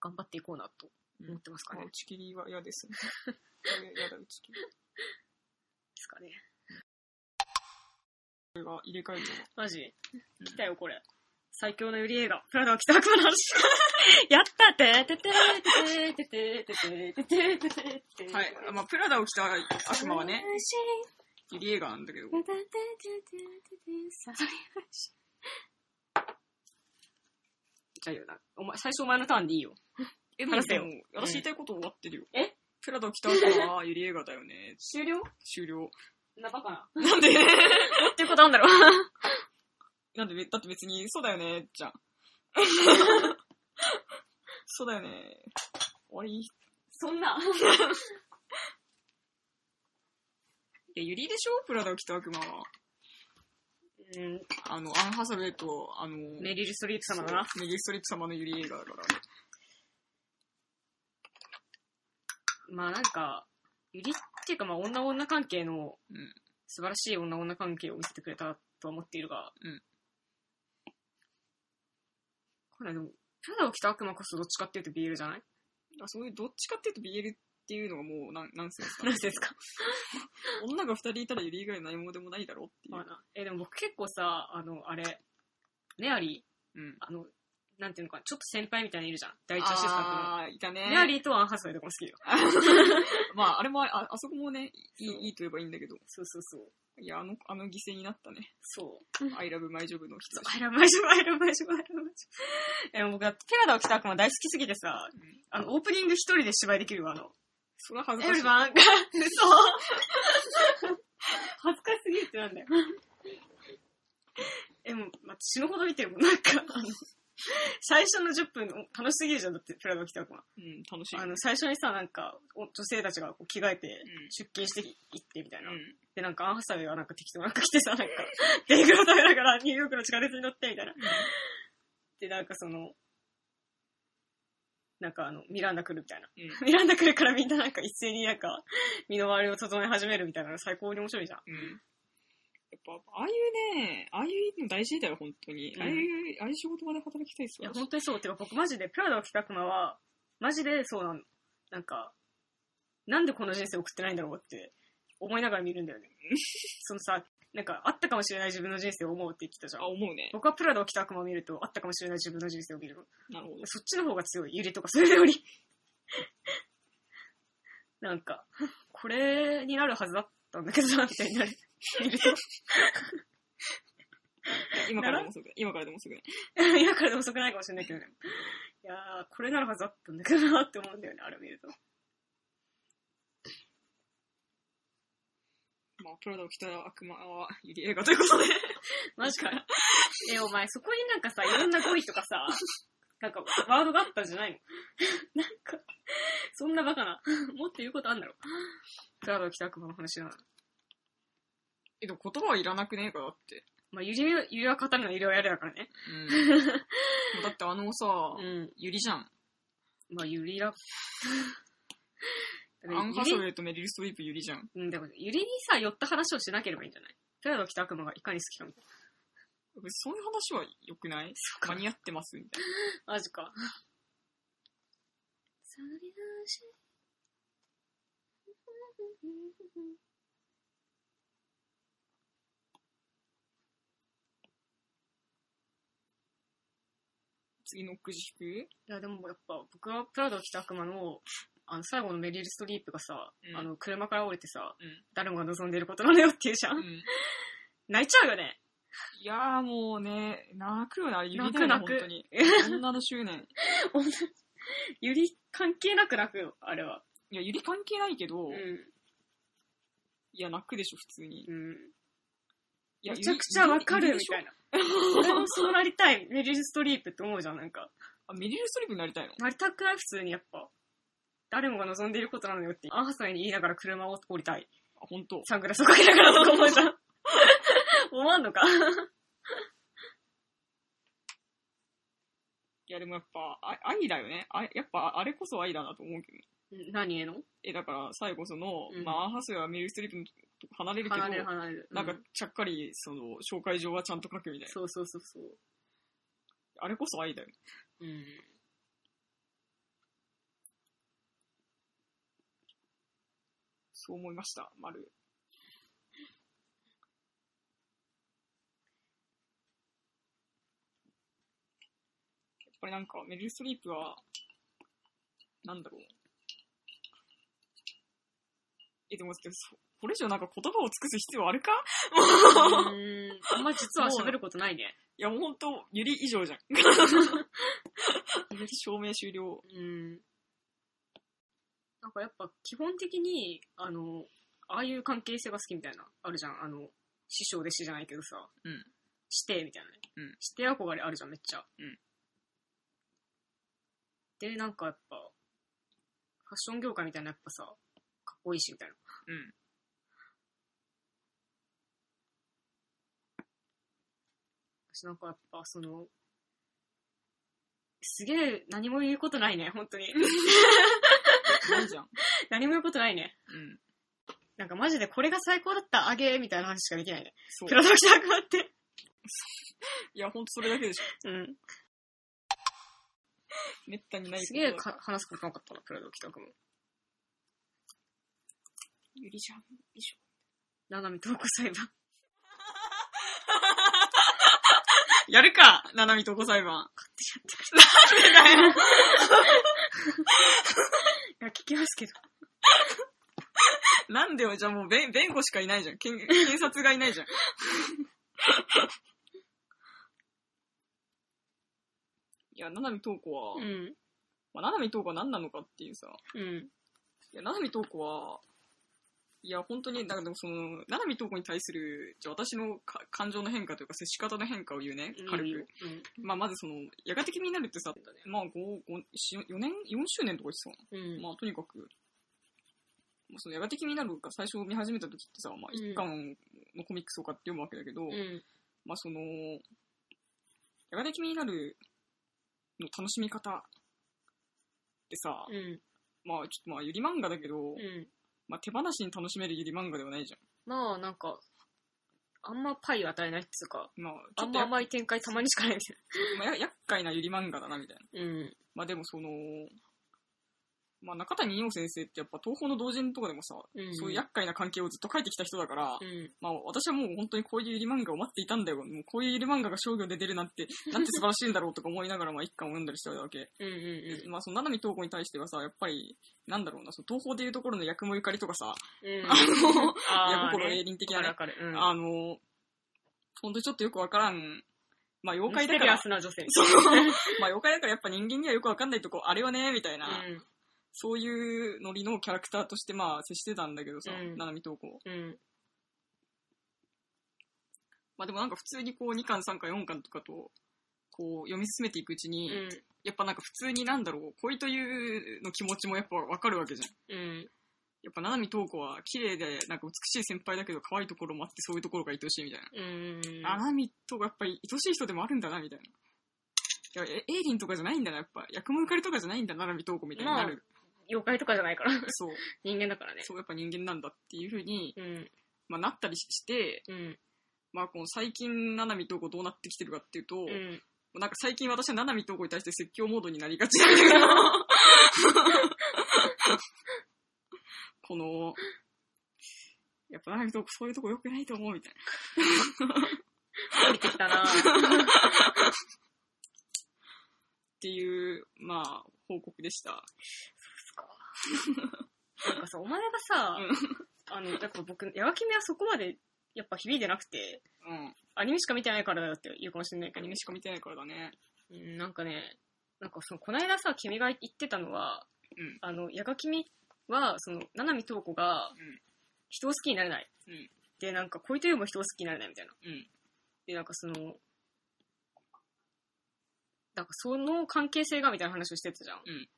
Speaker 1: 頑張っていこうなと思ってますか
Speaker 2: ま
Speaker 1: ね。
Speaker 2: あ、打
Speaker 1: で
Speaker 2: ち切りは嫌 ですね。ややだ、打ち切り。
Speaker 1: すかね。
Speaker 2: これが入れ替えるのが。
Speaker 1: マジ来たよ、これ。最強のユリ映画、プラダを着た悪魔の話。やったてててーててーててーててーててーててーててー
Speaker 2: はい。まあ、プラダを着た悪魔はね、ユリ映画なんだけど。
Speaker 1: じゃあいいよな。お前、最初お前のターンでいいよ。
Speaker 2: え、
Speaker 1: 話せよ
Speaker 2: でも私言いたいこと終わってるよ。
Speaker 1: え
Speaker 2: プラダを着た悪魔はユリ映画だよね。
Speaker 1: 終了
Speaker 2: 終了。
Speaker 1: な、バカな。
Speaker 2: な んで
Speaker 1: っていうこと なんだろう。
Speaker 2: なんでべ、だって別に、そうだよね、 じゃん。そうだよね。終わり。い
Speaker 1: そんな。
Speaker 2: や、ユリでしょプラダを着た悪魔は。
Speaker 1: うん、
Speaker 2: あの、アンハサウェイと、あの、
Speaker 1: メリル・ストリート様だな。
Speaker 2: そうメリルストリップ様のユリ映画だからね。
Speaker 1: まあなんか、ゆりっていうかまあ女女関係の
Speaker 2: うん、
Speaker 1: 素晴らしい女女関係を見せてくれたとは思っているが、
Speaker 2: うん
Speaker 1: これでも、プラダを着た悪魔こそどっちかっていうと BL じゃ ない
Speaker 2: あそういうどっちかっていうと BL っていうのがもうなんなんすか
Speaker 1: 何ですか
Speaker 2: 女が二人いたらユリ以外何もでもないだろうってい
Speaker 1: まあ
Speaker 2: う。
Speaker 1: な。え、でも僕結構さ、あの、あれ、メアリ
Speaker 2: うん
Speaker 1: ー、。あの、なんていうのかな、ちょっと先輩みたいなのいるじゃん。第一アシスタントの。
Speaker 2: あー、いたね。
Speaker 1: メアリーとアンハサウェイとかも好きよ。
Speaker 2: まあ、あれもあ、あそこもね、い
Speaker 1: そう
Speaker 2: い、いいと言えばいいんだけど。
Speaker 1: そうそうそう。
Speaker 2: いや、あの、あの犠牲になったね。
Speaker 1: そう。
Speaker 2: I love my job の人。
Speaker 1: アイラブマイジョブ、アイラブマイジョブ、アイラブマイジョ ブ。え、僕だって、ペラダを着た悪魔大好きすぎてさ
Speaker 2: うん、
Speaker 1: あの、オープニング一人で芝居できるわ、あの。
Speaker 2: それは恥ず
Speaker 1: エブ
Speaker 2: かし
Speaker 1: リ
Speaker 2: い。
Speaker 1: バン、嘘恥ずかしすぎるってなんだよ。え、もう、ま死ぬほど見てるもん、なんか、あの、最初の10分、楽しすぎるじゃん、だって、ペラダを着た悪魔。
Speaker 2: うん、楽しい。
Speaker 1: あの、最初にさ、なんか、お女性たちがこう着替えて
Speaker 2: うん、
Speaker 1: 出勤していって、みたいな
Speaker 2: う。ん。
Speaker 1: で、なんか、アンハサウェイはなんか適当なんか来てさ、なんか、デイグラ食べながらニューヨークの地下鉄に乗って、みたいな。で、なんかその、なんかあの、ミランダ来るみたいな。
Speaker 2: うん。
Speaker 1: ミランダ来るからみんななんか一斉になんか、身の回りを整え始めるみたいなの最高に面白いじゃん。
Speaker 2: うん。やっぱ、ああいうね、ああいうの大事だよ、本当に。
Speaker 1: うん
Speaker 2: ああいう、ああいう仕事場で働きたいです
Speaker 1: いや、
Speaker 2: よ。
Speaker 1: 本当にそう。てか僕マジで、プラダを着た熊は、マジでそうなの。なんか、なんでこの人生送ってないんだろうって思いながら見るんだよね。 そのさ、なんか、あったかもしれない自分の人生を思うって言ってたじゃん
Speaker 2: あ、。思うね。
Speaker 1: 僕はプラダを着た悪魔を見ると、あったかもしれない自分の人生を見るの。
Speaker 2: なるほど。
Speaker 1: そっちの方が強い、揺れとかそれより。なんか、これになるはずだったんだけどな、みたいになる。見ると。
Speaker 2: 今からでもすぐ。今からでもすぐね。
Speaker 1: 今からでも遅くないかもしれないけどね。いやー、これなるはずだったんだけどなって思うんだよね、あれを見ると。
Speaker 2: まあ、プラダを着た悪魔はユリ映画ということで。
Speaker 1: マジかよ。え、お前、そこになんかさ、いろんな語彙とかさ、なんか、ワードがあったんじゃないのなんか、そんなバカな。もっと言うことあんだろ。プラドを着た悪魔の話なの。
Speaker 2: え、でも言葉はいらなくねえか、だって。
Speaker 1: まあ、ゆり、ゆりは語るのはゆりはやるだからね。
Speaker 2: うん。 だってあのさ、
Speaker 1: うん。
Speaker 2: ユリじゃん。
Speaker 1: まあ、ゆり ら。だか
Speaker 2: ア
Speaker 1: ら
Speaker 2: ン・
Speaker 1: ゆ
Speaker 2: ハ
Speaker 1: り
Speaker 2: サウェイとメリル・ストリープユリじゃん。
Speaker 1: うん、でも、ゆりにさ、寄った話をしなければいいんじゃないプラドを着た悪魔がいかに好きかみたい
Speaker 2: そういう話は良くない間に合ってますみたい
Speaker 1: な。マジか。さりなし
Speaker 2: な。次のくじ引 く
Speaker 1: いや、でもやっぱ、僕はプラドを着た悪魔の、あの、最後のメリル・ストリープがさ、
Speaker 2: うん
Speaker 1: あの、車から降りてさ、
Speaker 2: うん
Speaker 1: 誰もが望んでいることなのよっていうじゃ。
Speaker 2: うんん。
Speaker 1: 泣いちゃうよね。
Speaker 2: いやーもうね、泣くよね、あれユリ
Speaker 1: 泣
Speaker 2: だよ
Speaker 1: く泣
Speaker 2: ね、本
Speaker 1: く
Speaker 2: 当 に。。女の執念。
Speaker 1: ゆり関係なく泣くよ、あれは。
Speaker 2: いや、ユリ関係ないけど、
Speaker 1: う
Speaker 2: い
Speaker 1: ん。
Speaker 2: や、泣くでしょ、普通に。
Speaker 1: うん。
Speaker 2: いや
Speaker 1: めちゃくちゃわかる
Speaker 2: ユ
Speaker 1: み
Speaker 2: リ でしょ
Speaker 1: たいな。俺もそうなりたい、メリル・ストリープって思うじゃん、なんか。
Speaker 2: あ、メリル・ストリープになりたいの
Speaker 1: なりたくない、普通にやっぱ。誰もが望んでいることなのよって、アンハサウェイに言いながら車を降りたい。
Speaker 2: あ、本当。
Speaker 1: サングラスをかけながらとか思うじゃ ん。思わんのか。
Speaker 2: いや、でもやっぱ、あ愛だよね。あやっぱ、あれこそ愛だなと思うけどね。
Speaker 1: 何への
Speaker 2: え、だから、最後その、
Speaker 1: うん
Speaker 2: まあ、アンハスウェイはメリル・ストリープのと離れるけど、
Speaker 1: 離れる離れる。
Speaker 2: なんか
Speaker 1: う、
Speaker 2: ちゃっかり、その、紹介状はちゃんと書くみたいな。
Speaker 1: そうそうそうそう。
Speaker 2: あれこそ愛だよね。
Speaker 1: うん。
Speaker 2: そう思いました、丸。やっぱりなんか、メリル・ストリープは、なんだろう。え、でも、でもそこれ以上なんか言葉を尽くす必要あるか
Speaker 1: あんま実は喋ることないね。
Speaker 2: いや、もうほんと、ゆり以上 じゃん。 証明終了。
Speaker 1: うん。なんかやっぱ基本的に、あの、ああいう関係性が好きみたいな、あるじゃん。あの、師匠弟子じゃないけどさ、
Speaker 2: うん
Speaker 1: 師弟みたいなね。
Speaker 2: うん
Speaker 1: 師弟憧れあるじゃん、めっちゃ。
Speaker 2: うん
Speaker 1: で、なんかやっぱ、ファッション業界みたいなやっぱさ、かっこいいし、みたいな。
Speaker 2: うん。
Speaker 1: 私なんかやっぱその、すげえ何も言うことないね、本当に。
Speaker 2: ないじゃん。
Speaker 1: 何も言うことないね。
Speaker 2: うん。
Speaker 1: なんかマジでこれが最高だった、あげーみたいな話しかできないね。
Speaker 2: そう
Speaker 1: プ。ロダクターがあって。
Speaker 2: いや、ほんとそれだけでしょ。
Speaker 1: うん。
Speaker 2: めったにない
Speaker 1: すげえ
Speaker 2: ことだ
Speaker 1: か話すことなかったな、プロダクターも。
Speaker 2: ゆりじゃん。
Speaker 1: ななみとうこ裁判。
Speaker 2: やるかななみとこ裁判。
Speaker 1: いや、聞きますけど。
Speaker 2: なんでよ、じゃあもう弁、弁護しかいないじゃん。検検察が いないじゃん。いや、ななみとうこは、
Speaker 1: ん。
Speaker 2: まあ、ななみとうこは何なのかっていうさ、
Speaker 1: うん。
Speaker 2: いや、七海東子は、いや、本当に、だからでもその、七海東子に対する、じゃあ私のか感情の変化というか、接し方の変化を言うね、軽く。
Speaker 1: うん。
Speaker 2: まあ、まずその、やがて君になるってさ、まあ、五五四4年、4周年とか言ってたの
Speaker 1: うん。
Speaker 2: まあ、とにかく、もうその、やがて君になるが最初見始めた時ってさ、まあ、
Speaker 1: うん
Speaker 2: 一巻のコミックスを買って読むわけだけど、
Speaker 1: うん。
Speaker 2: まあ、その、やがて君になるの楽しみ方ってさ、
Speaker 1: うん。
Speaker 2: まあ、ちょっとまあ、ゆり漫画だけ
Speaker 1: う
Speaker 2: ど、
Speaker 1: ん。
Speaker 2: まあ、手放しに楽しめるゆり漫画ではないじ
Speaker 1: まあ、なんか、あんまパイ与えないっつうか、
Speaker 2: ゃん。まあ、ち
Speaker 1: あ
Speaker 2: ょっ
Speaker 1: ん
Speaker 2: と
Speaker 1: ま
Speaker 2: や、ま
Speaker 1: 甘い展開たまにしかないみたい
Speaker 2: あ、や厄介なゆり漫画だな、みたいな。
Speaker 1: な。うん。
Speaker 2: まあでもその、まあ中谷陽先生ってやっぱ東方の同人とかでもさ、
Speaker 1: うん。
Speaker 2: そういう厄介な関係をずっと書いてきた人だから、
Speaker 1: うん。
Speaker 2: まあ私はもう本当にこういうゆり漫画を待っていたんだよ。もうこういうゆり漫画が商業で出 るなんて、なんて素晴らしいんだろうとか思いながら、まあ一巻を読んだりしたわけ。
Speaker 1: うん。
Speaker 2: で
Speaker 1: う
Speaker 2: まあその七海東子に対してはさ、やっぱり、なんだろうな、その東方でいうところの役もゆかりとかさ、
Speaker 1: ん。うん。
Speaker 2: あの、
Speaker 1: あ
Speaker 2: 役心鋭倫的なね
Speaker 1: わ、かるわかる。うん。
Speaker 2: あの、ほんとちょっとよくわからん、まあ妖
Speaker 1: ミ
Speaker 2: 怪
Speaker 1: ス
Speaker 2: だ
Speaker 1: テ
Speaker 2: か
Speaker 1: リア
Speaker 2: ら、
Speaker 1: スな女性。
Speaker 2: そう。まあ、妖怪だからやっぱ人間にはよくわかんないとこあれよね、みたいな、そういうノリのキャラクターとしてまあ接してたんだけどさ、
Speaker 1: うん
Speaker 2: 七海投稿。
Speaker 1: うん。うん。
Speaker 2: まあでもなんか普通にこう2巻3巻4巻とかとこう読み進めていくうちに、
Speaker 1: うん。
Speaker 2: やっぱなんか普通になんだろう恋というの気持ちもやっぱわかるわけじゃん
Speaker 1: うん。
Speaker 2: やっぱ七海東子は綺麗でなんか美しい先輩だけど可愛いところもあってそういうところが愛おしいみたいな
Speaker 1: うん。
Speaker 2: アナミとかやっぱり愛しい人でもあるんだな、みたいな。いや、えエイリンとかじゃないんだな、やっぱ。役もゆかりとかじゃないんだな、ナミトーコみたいになる。
Speaker 1: 妖怪とかじゃないから。
Speaker 2: そう。
Speaker 1: 人間だからね。
Speaker 2: そう、やっぱ人間なんだっていうふうに、
Speaker 1: うん。
Speaker 2: まあ、なったりして、
Speaker 1: うん。
Speaker 2: まあ、この最近、ナナミトーコどうなってきてるかっていうと、
Speaker 1: うん。
Speaker 2: なんか最近私はナナミトーコに対して説教モードになりがちこの、やっぱナナミトーコそういうとこ良くないと思う、みたいな。
Speaker 1: 降りてき たな
Speaker 2: っていう、まあ、報告でした。
Speaker 1: なんかさ、お前がさ、あの、やっぱ僕、ヤガキメはそこまで、やっぱ響いてなくて、
Speaker 2: うん。
Speaker 1: アニメしか見てないからだよって言うかもしれないけど
Speaker 2: アニメ、しか見てないからだね。
Speaker 1: うん、なんかね、なんかその、こないださ、君が言ってたのは、
Speaker 2: うん
Speaker 1: あの、ヤガキメは、その、七海東子が、
Speaker 2: ん
Speaker 1: 人を好きになれない。
Speaker 2: うん
Speaker 1: で、なんか、恋というも人を好きになれないみたいな。
Speaker 2: うん。
Speaker 1: で、なんかその、なんかその関係性がみたいな話をしてたじゃん。
Speaker 2: うん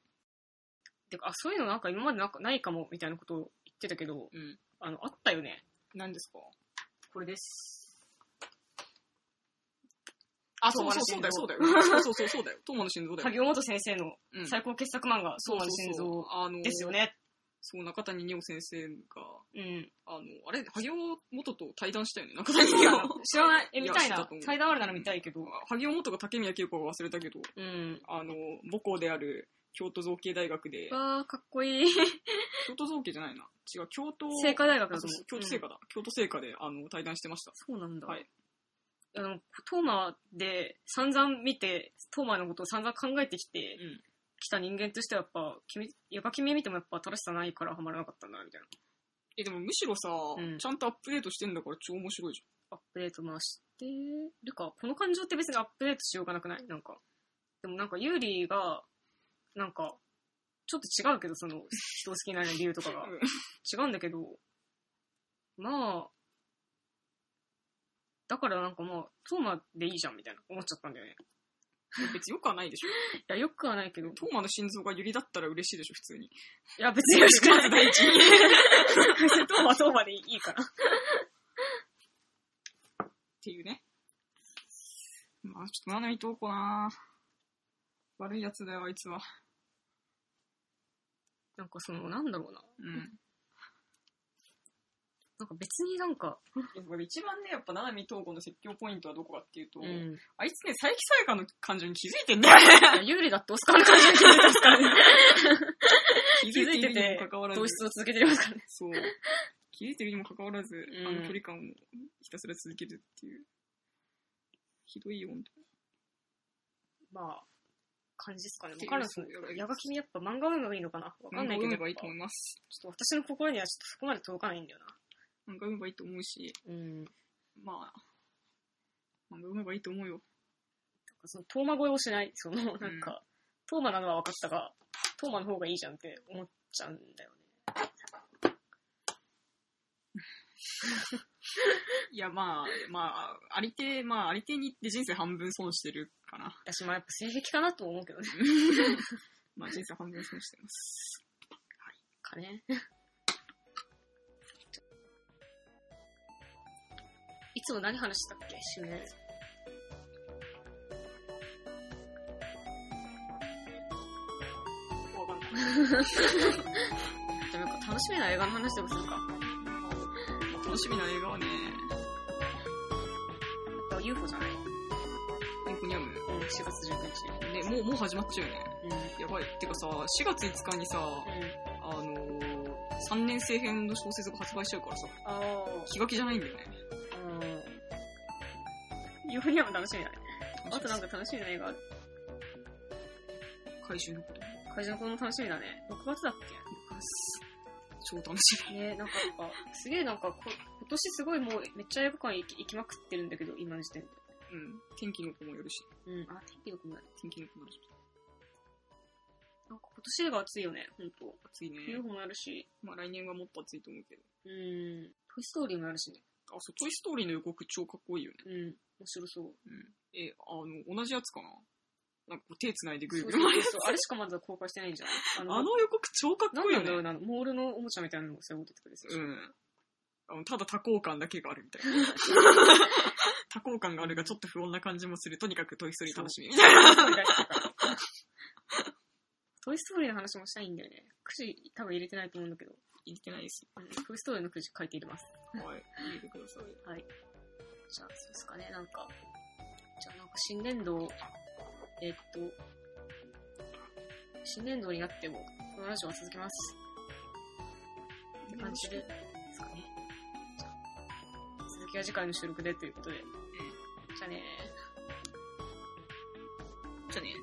Speaker 1: てか、あ、そういうのなんか今までなんかないかもみたいなことを言ってたけど、
Speaker 2: うん。
Speaker 1: あの、あったよね。
Speaker 2: 何ですか
Speaker 1: これです。
Speaker 2: あ
Speaker 1: そう
Speaker 2: そうだよ、そうだよ。そうそうそうだよ。友の心臓だよ。
Speaker 1: 萩尾本先生の
Speaker 2: うん
Speaker 1: 最高傑作漫画、そうなんです
Speaker 2: そうそうそうあのー
Speaker 1: ですよね。
Speaker 2: そう、中谷二葉先生が、
Speaker 1: うん。
Speaker 2: あの、あれ、萩尾元と対談したよね。中谷二
Speaker 1: あ
Speaker 2: 葉。
Speaker 1: の知らない、え、
Speaker 2: い
Speaker 1: 見
Speaker 2: や
Speaker 1: たい
Speaker 2: 知っ
Speaker 1: な
Speaker 2: たと思。う
Speaker 1: 対談あるなら見たいけど。
Speaker 2: 萩尾元が竹宮恵子は忘れたけど、
Speaker 1: うん。
Speaker 2: あの、母校である京都造形大学で、
Speaker 1: わー、かっこいい。
Speaker 2: 京都造形じゃないな。違う、京都、
Speaker 1: 聖火大学
Speaker 2: あ
Speaker 1: だと
Speaker 2: そう
Speaker 1: 思
Speaker 2: そう
Speaker 1: う。
Speaker 2: 京都聖火だ。京都聖火で、あの、対談してました。
Speaker 1: うんそうなんだ。
Speaker 2: はい。
Speaker 1: あの、トーマで散々見て、トーマのことを散々考えてきて、
Speaker 2: うん
Speaker 1: 来た人間としてはやっぱ、君、やっぱ君見てもやっぱ新しさないからハマらなかったんだ、みたいな。
Speaker 2: え、でもむしろさ、
Speaker 1: うん
Speaker 2: ちゃんとアップデートしてんだから超面白いじ
Speaker 1: アップデートまあしてるか。この感情って別にアップデートしようがなくないなんか。でもなんか、ユーリーが、なんか、ちょっと違うけど、その、人を好きになる理由とか
Speaker 2: ゃ
Speaker 1: が
Speaker 2: ん。。うん
Speaker 1: 違うんだけど、まあ、だからなんかまあ、トーマでいいじゃん、みたいな思っちゃったんだよね。
Speaker 2: 別によくはないでしょ。
Speaker 1: いや、よくはないけど、い
Speaker 2: トーマの心臓がユリだったら嬉しいでしょ、普通に。
Speaker 1: や、別によろしくない。トーマ、トーマでいいから。
Speaker 2: っていうね。まあ、ちょっと、ななみとうこな悪いやつだよ、あいつは。
Speaker 1: なんかその、なんだろうな。
Speaker 2: うん。
Speaker 1: なんか別になんか、
Speaker 2: 一番ね、やっぱ、ななみとうこの説教ポイントはどこかっていうと、
Speaker 1: うん。
Speaker 2: あいつね、佐伯さやかの感情に気づいてんだよ。
Speaker 1: いや有利だってオスカーの感じが気づいてますからね。
Speaker 2: 気
Speaker 1: 気づいて
Speaker 2: るに
Speaker 1: て
Speaker 2: もかかわ、らず
Speaker 1: 糖。質を続けてますからね。
Speaker 2: そう。気づいてるにもかかわらず、
Speaker 1: ん
Speaker 2: あの距離感をひたすら続けるっていう。ひどいよ、本当
Speaker 1: まあ、感じですかね。
Speaker 2: って
Speaker 1: わから
Speaker 2: いう
Speaker 1: んす
Speaker 2: そうやばい
Speaker 1: やがきみやっぱ漫画を読めばいいのかなわかんないけど、
Speaker 2: 漫画読め
Speaker 1: やっ
Speaker 2: ば
Speaker 1: ぱ
Speaker 2: いい
Speaker 1: ち
Speaker 2: と
Speaker 1: ょ
Speaker 2: 思います。
Speaker 1: っと私の心にはちょっとそこまで届かないんだよな。
Speaker 2: 漫画読めばいいと思うし、
Speaker 1: うん。
Speaker 2: まあ、漫画読めばいいと思うよ。
Speaker 1: その、トーマ越えをしない。その、なんか、トーマなのは分かったが、トーマの方がいいじゃんって思っちゃうんだよね。
Speaker 2: いや、まあ、まあ、ありてえ、まあ、ありてえに言って人生半分損してるか な。
Speaker 1: 私もやっぱ性癖かなとも思うけどね。
Speaker 2: まあ、人生半分損してます。
Speaker 1: かね。 いつも何話したっけ周年。
Speaker 2: わかん ない。
Speaker 1: でもなんか楽しみな映画の話でもするか。
Speaker 2: 楽しみな映画はね、
Speaker 1: やっぱ UFO じゃない
Speaker 2: ユンコニャム。
Speaker 1: うん、4月19
Speaker 2: ね、もう、もう始まっちゃうよね。
Speaker 1: 日。うん。
Speaker 2: やばい。てかさ、4月5日にさ、
Speaker 1: うん。
Speaker 2: あのー、3年生編の小説が発売しちゃうからさ、
Speaker 1: ああ。
Speaker 2: 気が気じゃないんだよね。
Speaker 1: うん。ユーフォニアム楽しみだね。あとなんか楽しみな映画ある。
Speaker 2: 回収のこと。
Speaker 1: 会場の子も楽しみだね。6月だっ
Speaker 2: 超楽し
Speaker 1: けねなんかなんか、すげえなんかこ、今年すごいもうめっちゃ映画館行き行きまくってるんだけど、今の時点で。
Speaker 2: み。うん。天気の子もよるし、
Speaker 1: うん。あ、天気良くもない。
Speaker 2: 天気の子もよるし。
Speaker 1: なんか今年映画暑いよね、ほんと。
Speaker 2: 暑いね。
Speaker 1: UFO もやるし、
Speaker 2: まあ、来年はもっと暑いと思うけど。
Speaker 1: うん。トイストーリーもやるしね。
Speaker 2: あ、そう、トイストーリーの予告超かっこいいよね。
Speaker 1: うん。面白そう。
Speaker 2: うん。え、あの、同じやつかななんかこう手繋いでぐる
Speaker 1: そう
Speaker 2: ぐ
Speaker 1: そう
Speaker 2: る回るやつ。
Speaker 1: そうあれしかまだ公開してないんじゃないあ
Speaker 2: あの予告超かっ
Speaker 1: な
Speaker 2: こ
Speaker 1: ん
Speaker 2: いい
Speaker 1: な
Speaker 2: よ
Speaker 1: んだろう
Speaker 2: ね。
Speaker 1: な、モールのおもちゃみたいなのが最後出てくるんですよ。
Speaker 2: うん。あのただ多幸感だけがあるみたいな。 多幸感があるがちょっと不穏な感じもする。とにかくトイストーリー楽しみみたい な。
Speaker 1: トイストーリーの話もしたいんだよね。くじ多分入れてないと思うんだけど、
Speaker 2: 言ってないです。
Speaker 1: うんトイストーリーのくじ書いて入れます。
Speaker 2: はい。言ってください。
Speaker 1: じゃあ、そうですかね、なんか。じゃあ、なんか新年度、えっと、新年度になっても、このラジオは続けます。って感じで、ですかね。じゃあ、続きは次回の収録でということで。じゃあねー。
Speaker 2: じゃあね。